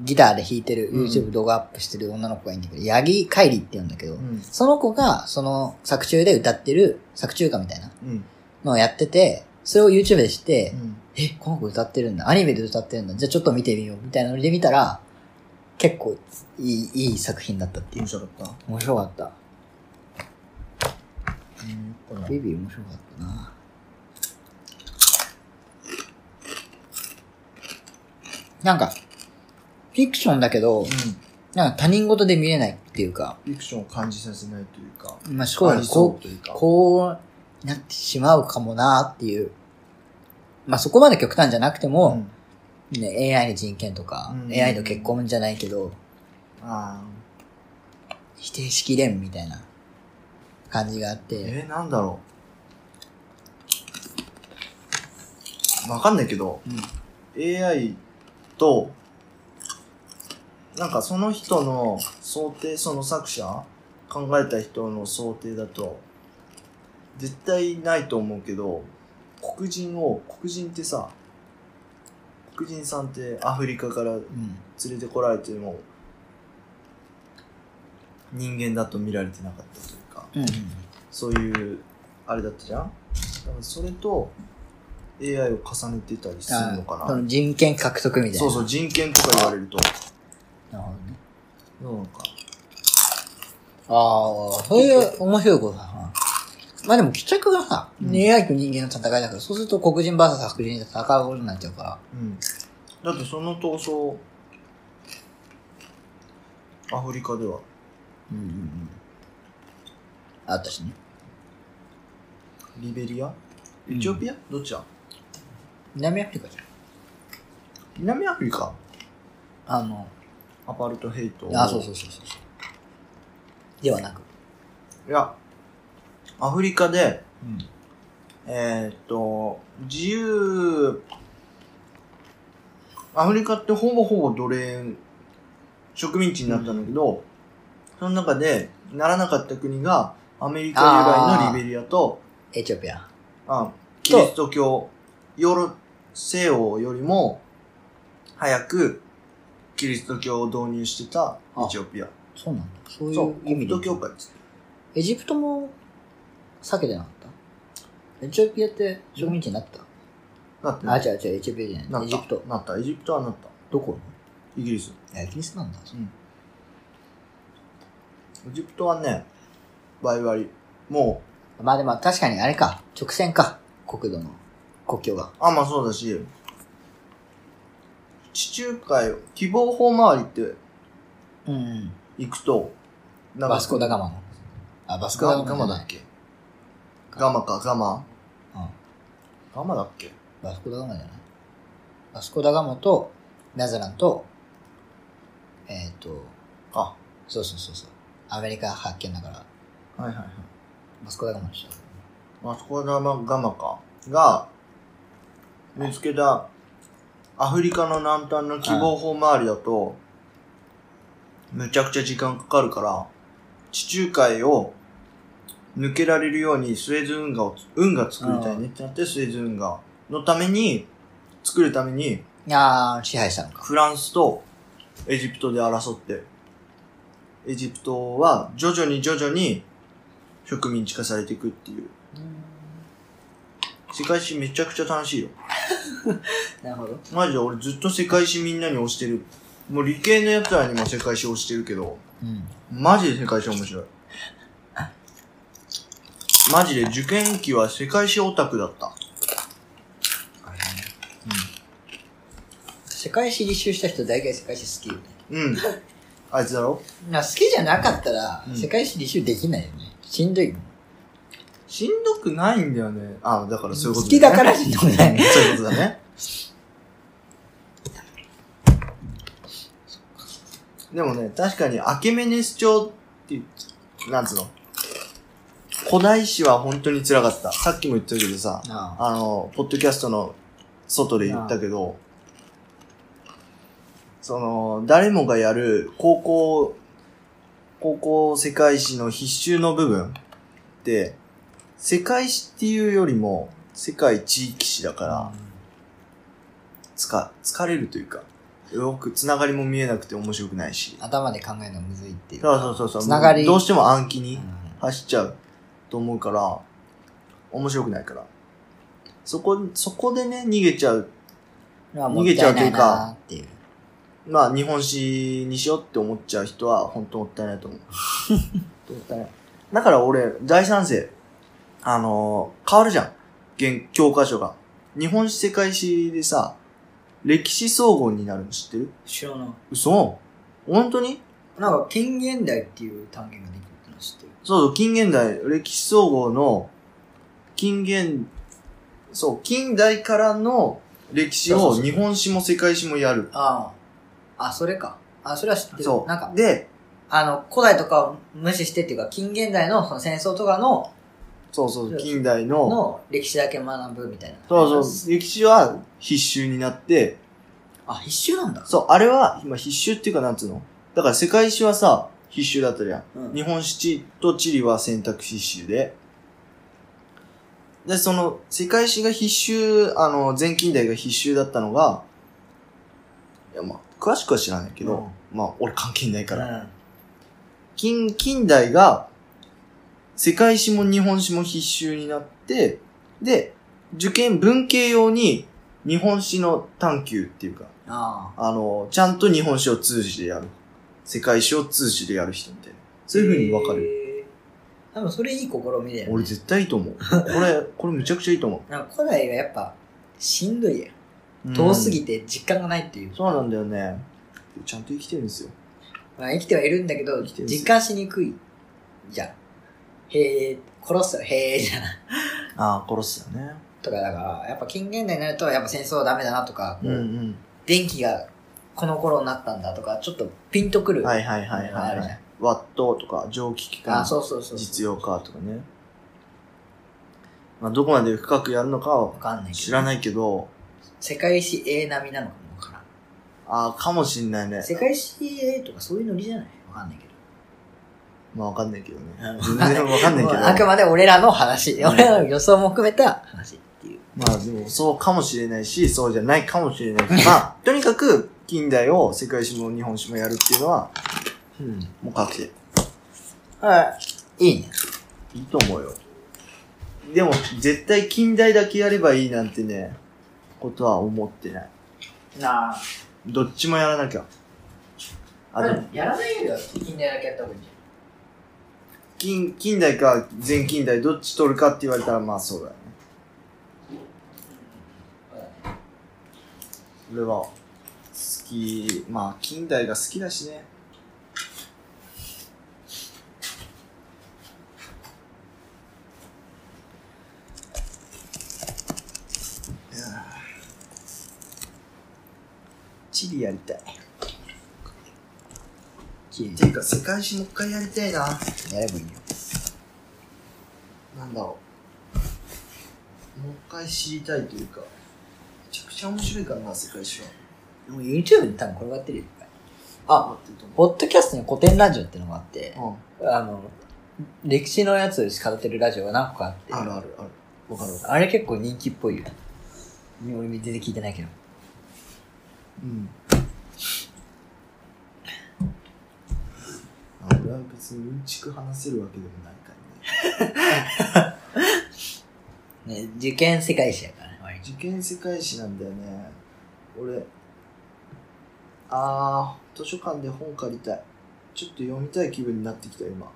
Speaker 1: ギターで弾いてる、
Speaker 2: うん
Speaker 1: YouTube 動画アップしてる女の子がいいんだけど、八木海里って言うんだけど、
Speaker 2: うん。
Speaker 1: その子が、その、作中で歌ってる、作中歌みたいな
Speaker 2: うん。
Speaker 1: のをやってて、それを YouTube で知って、
Speaker 2: うん
Speaker 1: え、この子歌ってるんだ、アニメで歌ってるんだ、じゃあちょっと見てみよう、みたいなので見たら、結構いい、いい作品だったっていう
Speaker 2: 面。白かっ
Speaker 1: 面白かった。
Speaker 2: た。うん、こ
Speaker 1: ベ
Speaker 2: れ。
Speaker 1: ビー面白かったな。なんか、フィクションだけど、なんか他人事で見れないっていうか、
Speaker 2: フィクションを感じさせないというか、
Speaker 1: まあ、思考
Speaker 2: あ
Speaker 1: が
Speaker 2: りそ
Speaker 1: こ
Speaker 2: うという
Speaker 1: う、
Speaker 2: か。
Speaker 1: こうなってしまうかもなっていう。まあ、そこまで極端じゃなくて
Speaker 2: う
Speaker 1: も、
Speaker 2: ん
Speaker 1: ね、AI の人権とか、
Speaker 2: うん
Speaker 1: AI と結婚じゃないけど、
Speaker 2: あ
Speaker 1: 否定しきれんみたいな感じがあっ
Speaker 2: ー
Speaker 1: て、
Speaker 2: えー、なんだろう。わかんないけど、AI と、なんかその人の想定、その作者、考えた人の想定だと、絶対ないと思うけど、黒人を、黒人ってさ、黒人さんってアフリカから
Speaker 1: うん。
Speaker 2: 連れてこられても人間だと見られてなかったというか
Speaker 1: うん。
Speaker 2: そういうあれだったじゃんだからそれと AI を重ねてたりするのか
Speaker 1: あそ
Speaker 2: な
Speaker 1: の人権獲得みたいな。
Speaker 2: そうそう、人権とか言われると。
Speaker 1: なるほどね。
Speaker 2: どうなのか。
Speaker 1: ああ、そういう面白いことだな。まあでも、帰着がさ、
Speaker 2: うん
Speaker 1: AI と人間の戦いだから、そうすると黒人 VS 白人で戦うことになっちゃうから。
Speaker 2: うん。だってその闘争、アフリカでは。
Speaker 1: うんうんうん。あったしね。
Speaker 2: リベリア
Speaker 1: うん
Speaker 2: エチオピア、どっちだ
Speaker 1: 南アフリカじ
Speaker 2: 南アフリカ
Speaker 1: ゃん。あの、
Speaker 2: アパルトヘイト。
Speaker 1: あ、そうそうそうそうそう。ではなく。
Speaker 2: う。いや、アフリカで、
Speaker 1: うん。
Speaker 2: えーっと、自由、アフリカってほぼほぼ奴隷植民地になったんだけど、その中でならなかった国がアメリカ由来のリベリアと、
Speaker 1: エチオピア。
Speaker 2: あキリスト教、ヨーロ、西欧よりも早くキリスト教を導入してたエチオピア。
Speaker 1: そうなんだ。そうい
Speaker 2: そう
Speaker 1: う、意
Speaker 2: コ
Speaker 1: 味
Speaker 2: プ
Speaker 1: で
Speaker 2: ト。教会です。
Speaker 1: エジプトも避けてなかったエチオピアって植民地になってた、
Speaker 2: なって
Speaker 1: あ、
Speaker 2: な
Speaker 1: 違う違う、エチオピアじゃない。エ
Speaker 2: っ
Speaker 1: ジプト
Speaker 2: た。。なった。エジプトはなった。
Speaker 1: どこ
Speaker 2: イギリス。
Speaker 1: え、イギリスなんだ。
Speaker 2: エジプトはね、バイバリ。も
Speaker 1: まあでも確かにあれか。直線か。国土の国境が
Speaker 2: う、。あ、まあそうだし、地中海、希望法周りって
Speaker 1: うんうん。
Speaker 2: 行くと、なんか
Speaker 1: バスコダガマの。あ、バスコダ
Speaker 2: ガ
Speaker 1: ガマじゃ
Speaker 2: ガマだ
Speaker 1: な
Speaker 2: っ
Speaker 1: い。
Speaker 2: けガマか、ガマ
Speaker 1: うん。
Speaker 2: ガマだっけ
Speaker 1: バスコダガマじゃないバスコダガマと、ナザランと、えっ、と、
Speaker 2: あ、
Speaker 1: そうそうそうそう。アメリカ発見だから、
Speaker 2: はいはいはい。
Speaker 1: バスコダガマでしょ。
Speaker 2: マスコダガマか。が、見つけた、アフリカの南端の希望法周りだと、むちゃくちゃ時間かかるから、地中海を抜けられるようにスエズ運河を、運河作りたいねってなって、スエズ運河のために、作るために、
Speaker 1: あー、支配したのか。
Speaker 2: フランスとエジプトで争って、エジプトは徐々に徐々に植民地化されていくっていう。世界史めちゃくちゃ楽しいよ。
Speaker 1: なるほど。
Speaker 2: マジで俺ずっと世界史みんなに押してる。もう理系のやつらにも世界史押してるけど、
Speaker 1: うん。
Speaker 2: マジで世界史面白い。マジで受験期は世界史オタクだった。
Speaker 1: 世界史履修した人大概世界史好きよね。
Speaker 2: うん。あいつだろ
Speaker 1: な好きじゃなかったら、
Speaker 2: うん
Speaker 1: 世界史履修できないよね。しんどいもん。
Speaker 2: しんどくないんだよね。あだからそういうこと、
Speaker 1: 好きだからしんどくないね。
Speaker 2: そういうことだね。でもね、確かにアケメネス朝っていう、なんつうの。古代史は本当に辛かった。さっきも言ったけどさ、
Speaker 1: ああ
Speaker 2: あの、ポッドキャストの外で言ったけど、その、誰もがやる高校、高校世界史の必修の部分って、世界史っていうよりも、世界地域史だから、つか、疲れるというか、よくつながりも見えなくて面白くないし。
Speaker 1: 頭で考えるのむずいっていうか。
Speaker 2: そうそうそうそう。
Speaker 1: つながり。
Speaker 2: どうしても暗記に
Speaker 1: うん
Speaker 2: 走っちゃうと思うから、面白くないから。そこ、そこでね、逃げちゃう。
Speaker 1: まあ
Speaker 2: 逃げちゃうとい
Speaker 1: も
Speaker 2: うか
Speaker 1: ったいないなーっていう。
Speaker 2: まあ、日本史にしようって思っちゃう人は、本当もったいないと思う。 もったいない。だから俺、大賛成。あのー変わるじゃん。現、教科書が。日本史世界史でさ、歴史総合になるの知ってる
Speaker 1: 知らな
Speaker 2: 嘘本当に
Speaker 1: なんか、近現代っていう単元ができるっての知ってる。
Speaker 2: そうそう、近現代、歴史総合の、近現、そう、近代からの歴史
Speaker 1: そうそう
Speaker 2: を
Speaker 1: そう
Speaker 2: 日本史も世界史もやる。
Speaker 1: ああ。あ、それか。あ、それは知ってる。
Speaker 2: そう。
Speaker 1: なんか、
Speaker 2: で、
Speaker 1: あの、古代とかを無視してっていうか、近現代のその戦争とかの、
Speaker 2: そうそ、
Speaker 1: そうう
Speaker 2: 近代の、
Speaker 1: の歴史だけ学ぶみたいな。
Speaker 2: そうそう、歴史は必修になって、
Speaker 1: あ、必修なんだ。
Speaker 2: そう、あれは、今必修っていうかなんつうのだから世界史はさ、必修だったじゃん。
Speaker 1: うん
Speaker 2: 日本史と地理は選択肢必修で。で、その、世界史が必修、あの、前近代が必修だったのが、いや、まあ、詳しくは知らないけど、まあ、俺関係ないから。
Speaker 1: うん
Speaker 2: 近、近代が、世界史も日本史も必修になって、で、受験、文系用に日本史の探求っていうか、
Speaker 1: あ
Speaker 2: あの、ちゃんと日本史を通じてやる。世界史を通じてやる人みたいな。そういう風に分かる。
Speaker 1: る。多分それいい試みだよ
Speaker 2: 俺
Speaker 1: ね。
Speaker 2: 絶対いいと 思う。これ、これむちゃくちゃいいと思
Speaker 1: なんか古代がやっぱしんどいやん。
Speaker 2: う。
Speaker 1: 遠す
Speaker 2: て。
Speaker 1: ぎて実感がないっていう。
Speaker 2: そうなんだよね。ちゃんと生きてるんですよ。
Speaker 1: まあ生きてはいるんだけど、
Speaker 2: きてるし
Speaker 1: 実感しにくいじゃん。へえ、殺すよ、へえ、じゃん。
Speaker 2: ああ、殺すよね。
Speaker 1: とかだから、やっぱ近現代になると、やっぱ戦争はダメだなとか、こう
Speaker 2: う
Speaker 1: ん
Speaker 2: うん。
Speaker 1: 電気がこの頃になったんだとか、ちょっとピンとくる。
Speaker 2: はいはいはい
Speaker 1: あ
Speaker 2: はい、
Speaker 1: る
Speaker 2: は
Speaker 1: じゃん
Speaker 2: い。ワットとか蒸気機
Speaker 1: あ、
Speaker 2: 関、
Speaker 1: そうそうそう。
Speaker 2: 実用化とかね。まあ、どこまで深くやるのかは
Speaker 1: わかんないけど。
Speaker 2: 知らないけど、
Speaker 1: 世界史 A 並みなのかもわからん。
Speaker 2: ああ、かもしんないね。
Speaker 1: 世界史 A とかそういうノリじゃないわかんないけど。
Speaker 2: まあわかんないけどね
Speaker 1: うん。
Speaker 2: 全然わかんないけど。
Speaker 1: もうあく まで俺らの話。
Speaker 2: うん
Speaker 1: 俺らの予想も含めた話っていう。
Speaker 2: まあでもそうかもしれないし、そうじゃないかもしれないし。まあ、とにかく近代を世界史も日本史もやるっていうのは、
Speaker 1: うん。
Speaker 2: もう確定。
Speaker 1: はい。いいね。
Speaker 2: いいと思うよ。でも、絶対近代だけやればいいなんてね、ことは思ってない。
Speaker 1: なあ。
Speaker 2: どっちもやらなきゃ。あ、でも、
Speaker 1: やらないよりは近代だけやった方がいいんじ
Speaker 2: 近、近代か全近代どっち取るかって言われたらまあそうだよね。俺は、好き、まあ近代が好きだしね。いやー地理やりたい。っていうか世界史もう一回やりたいな。
Speaker 1: やればいいよ。
Speaker 2: なんだろう。もう一回知りたいというか、めちゃくちゃ面白いからな、世界史は。
Speaker 1: もう YouTube に多分転がってるよ。いっぱいあ、
Speaker 2: ってると思
Speaker 1: ポッドキャストに古典ラジオってのがあって、
Speaker 2: う。
Speaker 1: あの、歴史のやつを語ってるラジオが何個かあって、
Speaker 2: うん。あるあるある。わかるわかる。
Speaker 1: あれ結構人気っぽいよ。俺全然聞いてないけど。
Speaker 2: うん。あ俺は別にうんちく話せるわけでもないからね。
Speaker 1: ね、受験世界史やからね、割と
Speaker 2: 受験世界史なんだよね。俺、あー、図書館で本借りたい。ちょっと読みたい気分になってきた、今。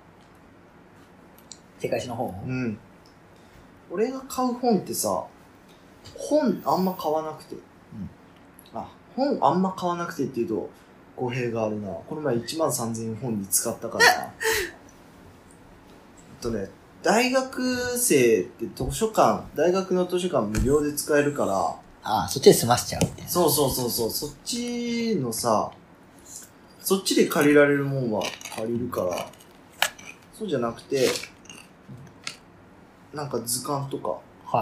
Speaker 1: 世界史の方も。
Speaker 2: うん。俺が買う本ってさ、本あんま買わなくて。あ、本あんま買わなくてっていうと、語弊があるな。この前1万3000円本に使ったからな。えっとね、大学生って図書館、大学の図書館無料で使えるから、
Speaker 1: ああ、そっちで済ませちゃうみたいな。
Speaker 2: そうそうそうそう、そっちのさ、そっちで借りられるもんは借りるから、そうじゃなくて、なんか図鑑とか、
Speaker 1: はい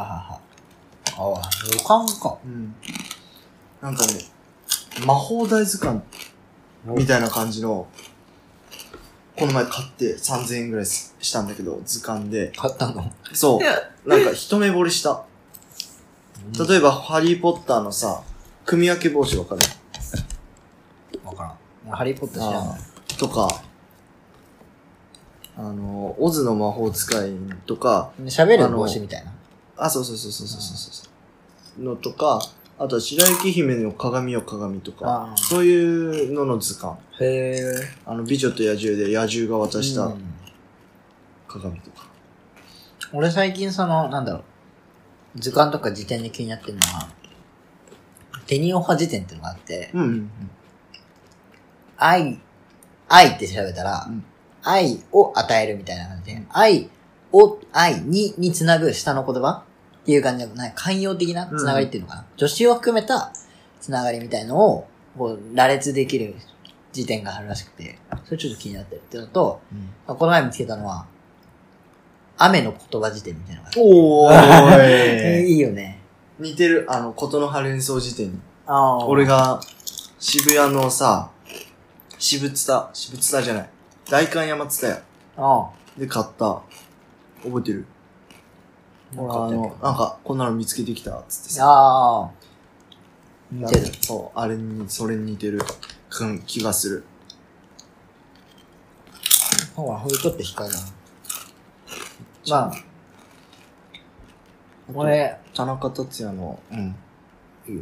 Speaker 1: はいはい。ああ、旅館か。
Speaker 2: うん。なんかね、魔法大図鑑みたいな感じの、この前買って3000円ぐらいすしたんだけど、図鑑で。
Speaker 1: 買ったの。
Speaker 2: そう。なんか一目惚れした。
Speaker 1: え
Speaker 2: 例えば、ハリーポッターのさ、組み分け帽子わかる
Speaker 1: ば。わからん。俺ハリーポッター知らない。
Speaker 2: とか、あの、オズの魔法使いとか、
Speaker 1: 喋る帽子みたいな。
Speaker 2: あ、そうそうそうそうそうそうそう、のとか、あとは白雪姫の鏡よ鏡と
Speaker 1: あ
Speaker 2: か
Speaker 1: ー、
Speaker 2: そういうのの図鑑。
Speaker 1: へえ。
Speaker 2: あの、美女と野獣で野獣が渡した
Speaker 1: うん
Speaker 2: 鏡とか。
Speaker 1: 俺最近その、なんだろう、図鑑とか辞典で気になってるのは、テニオハ辞典ってのがあって、
Speaker 2: うん。うん、
Speaker 1: 愛、愛って調べたら、
Speaker 2: うん
Speaker 1: 愛を与えるみたいな感じで、愛を、愛に、につなぐ下の言葉っていう感じの、なんか寛容的なつながりっていうのかな。助詞を含めたつながりみたいのを、こう、羅列できる時点があるらしくて、それちょっと気になってるっていうのと、
Speaker 2: うん。
Speaker 1: この前見つけたのは、雨の言葉辞典みたいなのがあって
Speaker 2: お
Speaker 1: えー
Speaker 2: ーい
Speaker 1: いいよね。
Speaker 2: 似てる、あの、ことの葉連想辞典に。
Speaker 1: ああ
Speaker 2: 俺。が、渋谷のさ、渋津田、渋津田じゃない。大観山津田や。
Speaker 1: あ
Speaker 2: で買った。覚えてる
Speaker 1: あ。
Speaker 2: 俺あの、なんか、こんなの見つけてきた、つってさ。
Speaker 1: ああ。見てる。
Speaker 2: そう、あれに、それに似てる、うん気がする。
Speaker 1: ほら、ほれちょっと光るな。まあ、俺、
Speaker 2: 田中達也の、うん。いいよ。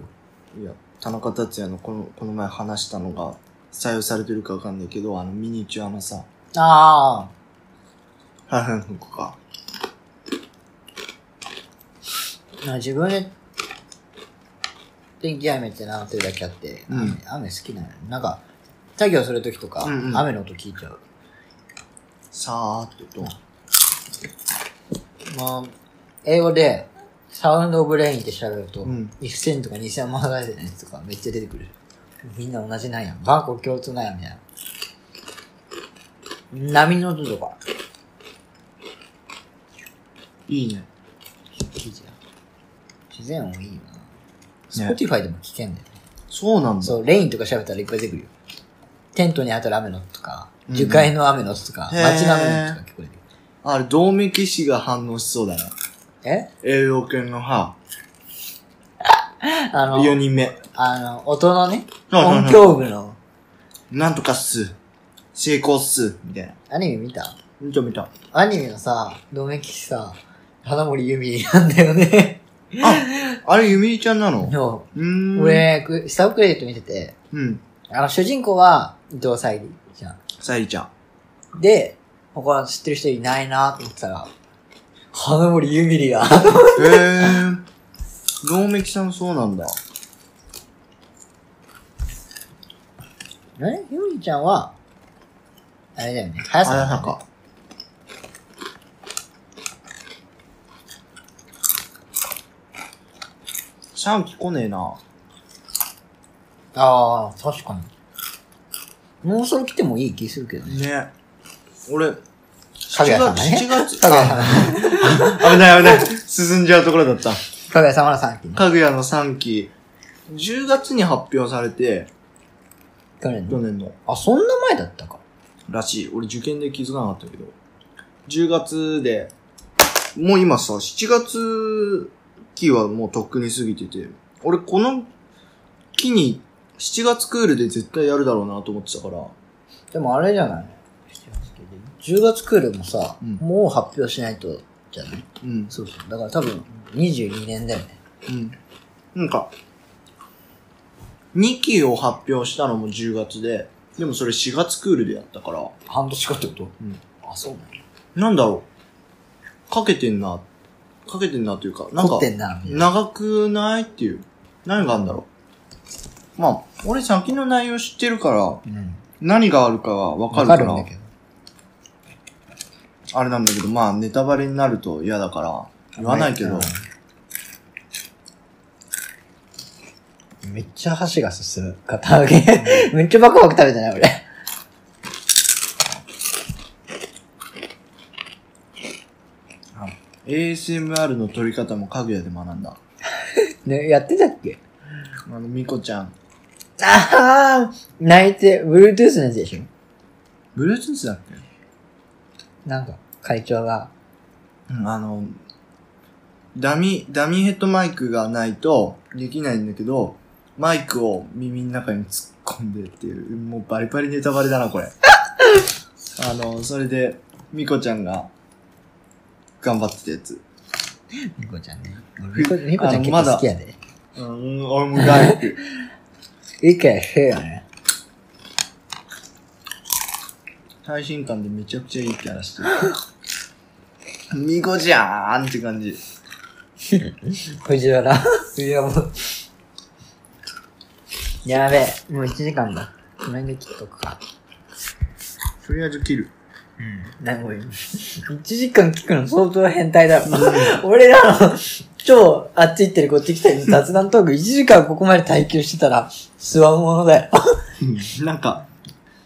Speaker 2: いや、田中達也のこの、この前話したのが、採用されてるかわかんないけど、あの、ミニチュアのさ、
Speaker 1: ああ、
Speaker 2: ハーフの子か。
Speaker 1: な自分で、天気雨ってなってるだけあって、
Speaker 2: うん
Speaker 1: 雨雨好きなのよなんか、作業するときとか、
Speaker 2: うんうん
Speaker 1: 雨の音聞いちゃう。
Speaker 2: さーってと。
Speaker 1: まあ、英語で、サウンドオブレインって調べると、
Speaker 2: うん
Speaker 1: 1000とか2000万再生のやつとかめっちゃ出てくる。みんな同じなんや。バーコ共通なんや、みたいな。波の音とか、
Speaker 2: いいね。
Speaker 1: 聞いちゃう。自然音いいよな。Spotify でも聞けんだよね。
Speaker 2: そうなんだ。
Speaker 1: そう、レインとか調べたらいっぱい出てくるよ。テントに当たる雨の音とか、
Speaker 2: うん
Speaker 1: 樹海の雨の音とか、
Speaker 2: へー
Speaker 1: 街の雨の音とか聞こえて
Speaker 2: あれ、道明騎士が反応しそうだね。
Speaker 1: くる。え
Speaker 2: 栄養犬の歯。
Speaker 1: あの、
Speaker 2: 4人目。
Speaker 1: あの、音のね、
Speaker 2: はいはいはい
Speaker 1: 音響部の、
Speaker 2: なんとかっす。成功っす。みたいな。
Speaker 1: アニメ見た
Speaker 2: 見た見た。
Speaker 1: アニメのさ、ドメキシさ、花森由美なんだよね。
Speaker 2: あ、あれ、ゆみりちゃんなの
Speaker 1: そう
Speaker 2: ー
Speaker 1: う。
Speaker 2: ん。。
Speaker 1: 俺、くスタブクレジット見てて、
Speaker 2: うん。
Speaker 1: あの、主人公は伊藤沙莉じゃん。
Speaker 2: さゆりちゃん。
Speaker 1: で、他の知ってる人いないなと思ってたら、花森由美が。
Speaker 2: へえ。能めきさんそうなんだ。
Speaker 1: え由美ちゃんは、あれだよね。早
Speaker 2: あや
Speaker 1: さ
Speaker 2: さ。か。シャンキ来ねえな。
Speaker 1: ああ、確かに。もうそろ来てもいい気するけどね。
Speaker 2: ね俺、7
Speaker 1: かぐや様
Speaker 2: 月、
Speaker 1: ね
Speaker 2: 7。月、
Speaker 1: かぐや様ね。
Speaker 2: あ危ない危ない。 進んじゃうところだった。
Speaker 1: かぐや様の3期ね。
Speaker 2: かぐやの3期、10月に発表されて、
Speaker 1: 去年
Speaker 2: 去
Speaker 1: の。
Speaker 2: 年の。
Speaker 1: あ、そんな前だったか。
Speaker 2: らしい。俺受験で気づかなかったけど。10月で、もう今さ、7月期はもうとっくに過ぎてて、俺この期に7月クールで絶対やるだろうなと思ってたから、
Speaker 1: でもあれじゃない10月クールもさ、
Speaker 2: うん
Speaker 1: もう発表しないとじゃない
Speaker 2: うん。
Speaker 1: そうそう。だから多分22年だよね。
Speaker 2: うん。なんか、2期を発表したのも10月で、でもそれ4月クールでやったから、
Speaker 1: 半年後ってこと
Speaker 2: うん
Speaker 1: あ、そうなんや。
Speaker 2: なんだろう。かけてんな、かけてんなというか、なん
Speaker 1: 凝
Speaker 2: か
Speaker 1: っ、てんな。
Speaker 2: 長くないっていう。何があるんだろう。まあ、俺先の内容知ってるから、
Speaker 1: うん。
Speaker 2: 何があるかはわか
Speaker 1: わ
Speaker 2: る
Speaker 1: か
Speaker 2: か
Speaker 1: るんだ
Speaker 2: ら、
Speaker 1: けど。
Speaker 2: あれなんだけど、まあ、ネタバレになると嫌だから、言わないけど、
Speaker 1: めっちゃ箸が進む。片揚げ。 めっちゃバクバク食べてない俺。
Speaker 2: ASMR の撮り方もかぐやで学んだ。
Speaker 1: ね、やってたっけ
Speaker 2: あの、みこちゃん。
Speaker 1: ああ泣いて、Bluetooth のやつでしょ
Speaker 2: ブルースーツだっけ
Speaker 1: なんか、会長が。
Speaker 2: うん、あの、ダミ、ダミーヘッドマイクがないとできないんだけど、マイクを耳の中に突っ込んでっていう、もうバリバリネタバレだな、こ れ。あの、それで、ミコちゃんが、頑張ってたやつ。
Speaker 1: みこちゃんね。みこみこちゃん結構好きやで。
Speaker 2: うん、俺も大好 き。
Speaker 1: 理解してよね。
Speaker 2: 最新刊でめちゃくちゃいいキャラしてる。ミコちゃーんって感じ。
Speaker 1: 藤原。藤原も。やべえ、もう1時間だ。この辺で切っとくか。
Speaker 2: とりあえず切る。
Speaker 1: うん。なんか俺、1時間聞くの相当変態だろ。俺らの、超あっち行ったりこっち来たりの雑談トーク1時間ここまで耐久してたら、すわんものだよ。
Speaker 2: なんか、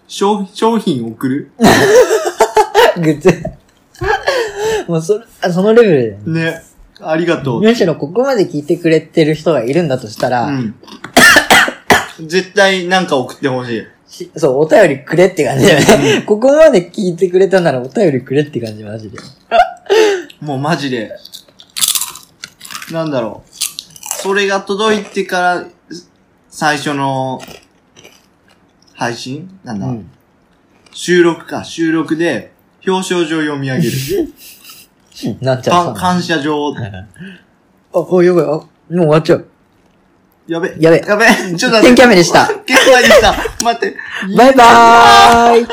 Speaker 2: 商商品送る
Speaker 1: グッズ。もうそれ、あそのレベルだよね。
Speaker 2: ね。ありがとう。
Speaker 1: むしろここまで聞いてくれてる人がいるんだとしたら、
Speaker 2: うん。絶対なんか送ってほしい。
Speaker 1: しそう、お便りくれって感じだよね。ここまで聞いてくれたならお便りくれって感じ、マジで。
Speaker 2: もうマジで。なんだろう。それが届いてから、最初の、配信なん
Speaker 1: う
Speaker 2: だ、
Speaker 1: ん。
Speaker 2: 収録か。収録で、 表彰状読み上げる。
Speaker 1: なっちゃう
Speaker 2: か
Speaker 1: さ。
Speaker 2: 感謝状。
Speaker 1: あ、お、やばい、あ、もう終わっちゃう。
Speaker 2: やべ。
Speaker 1: やべ
Speaker 2: やべ。ちょっと待って。
Speaker 1: 天気雨でした。
Speaker 2: 天気雨でした。待って。
Speaker 1: バイバーイ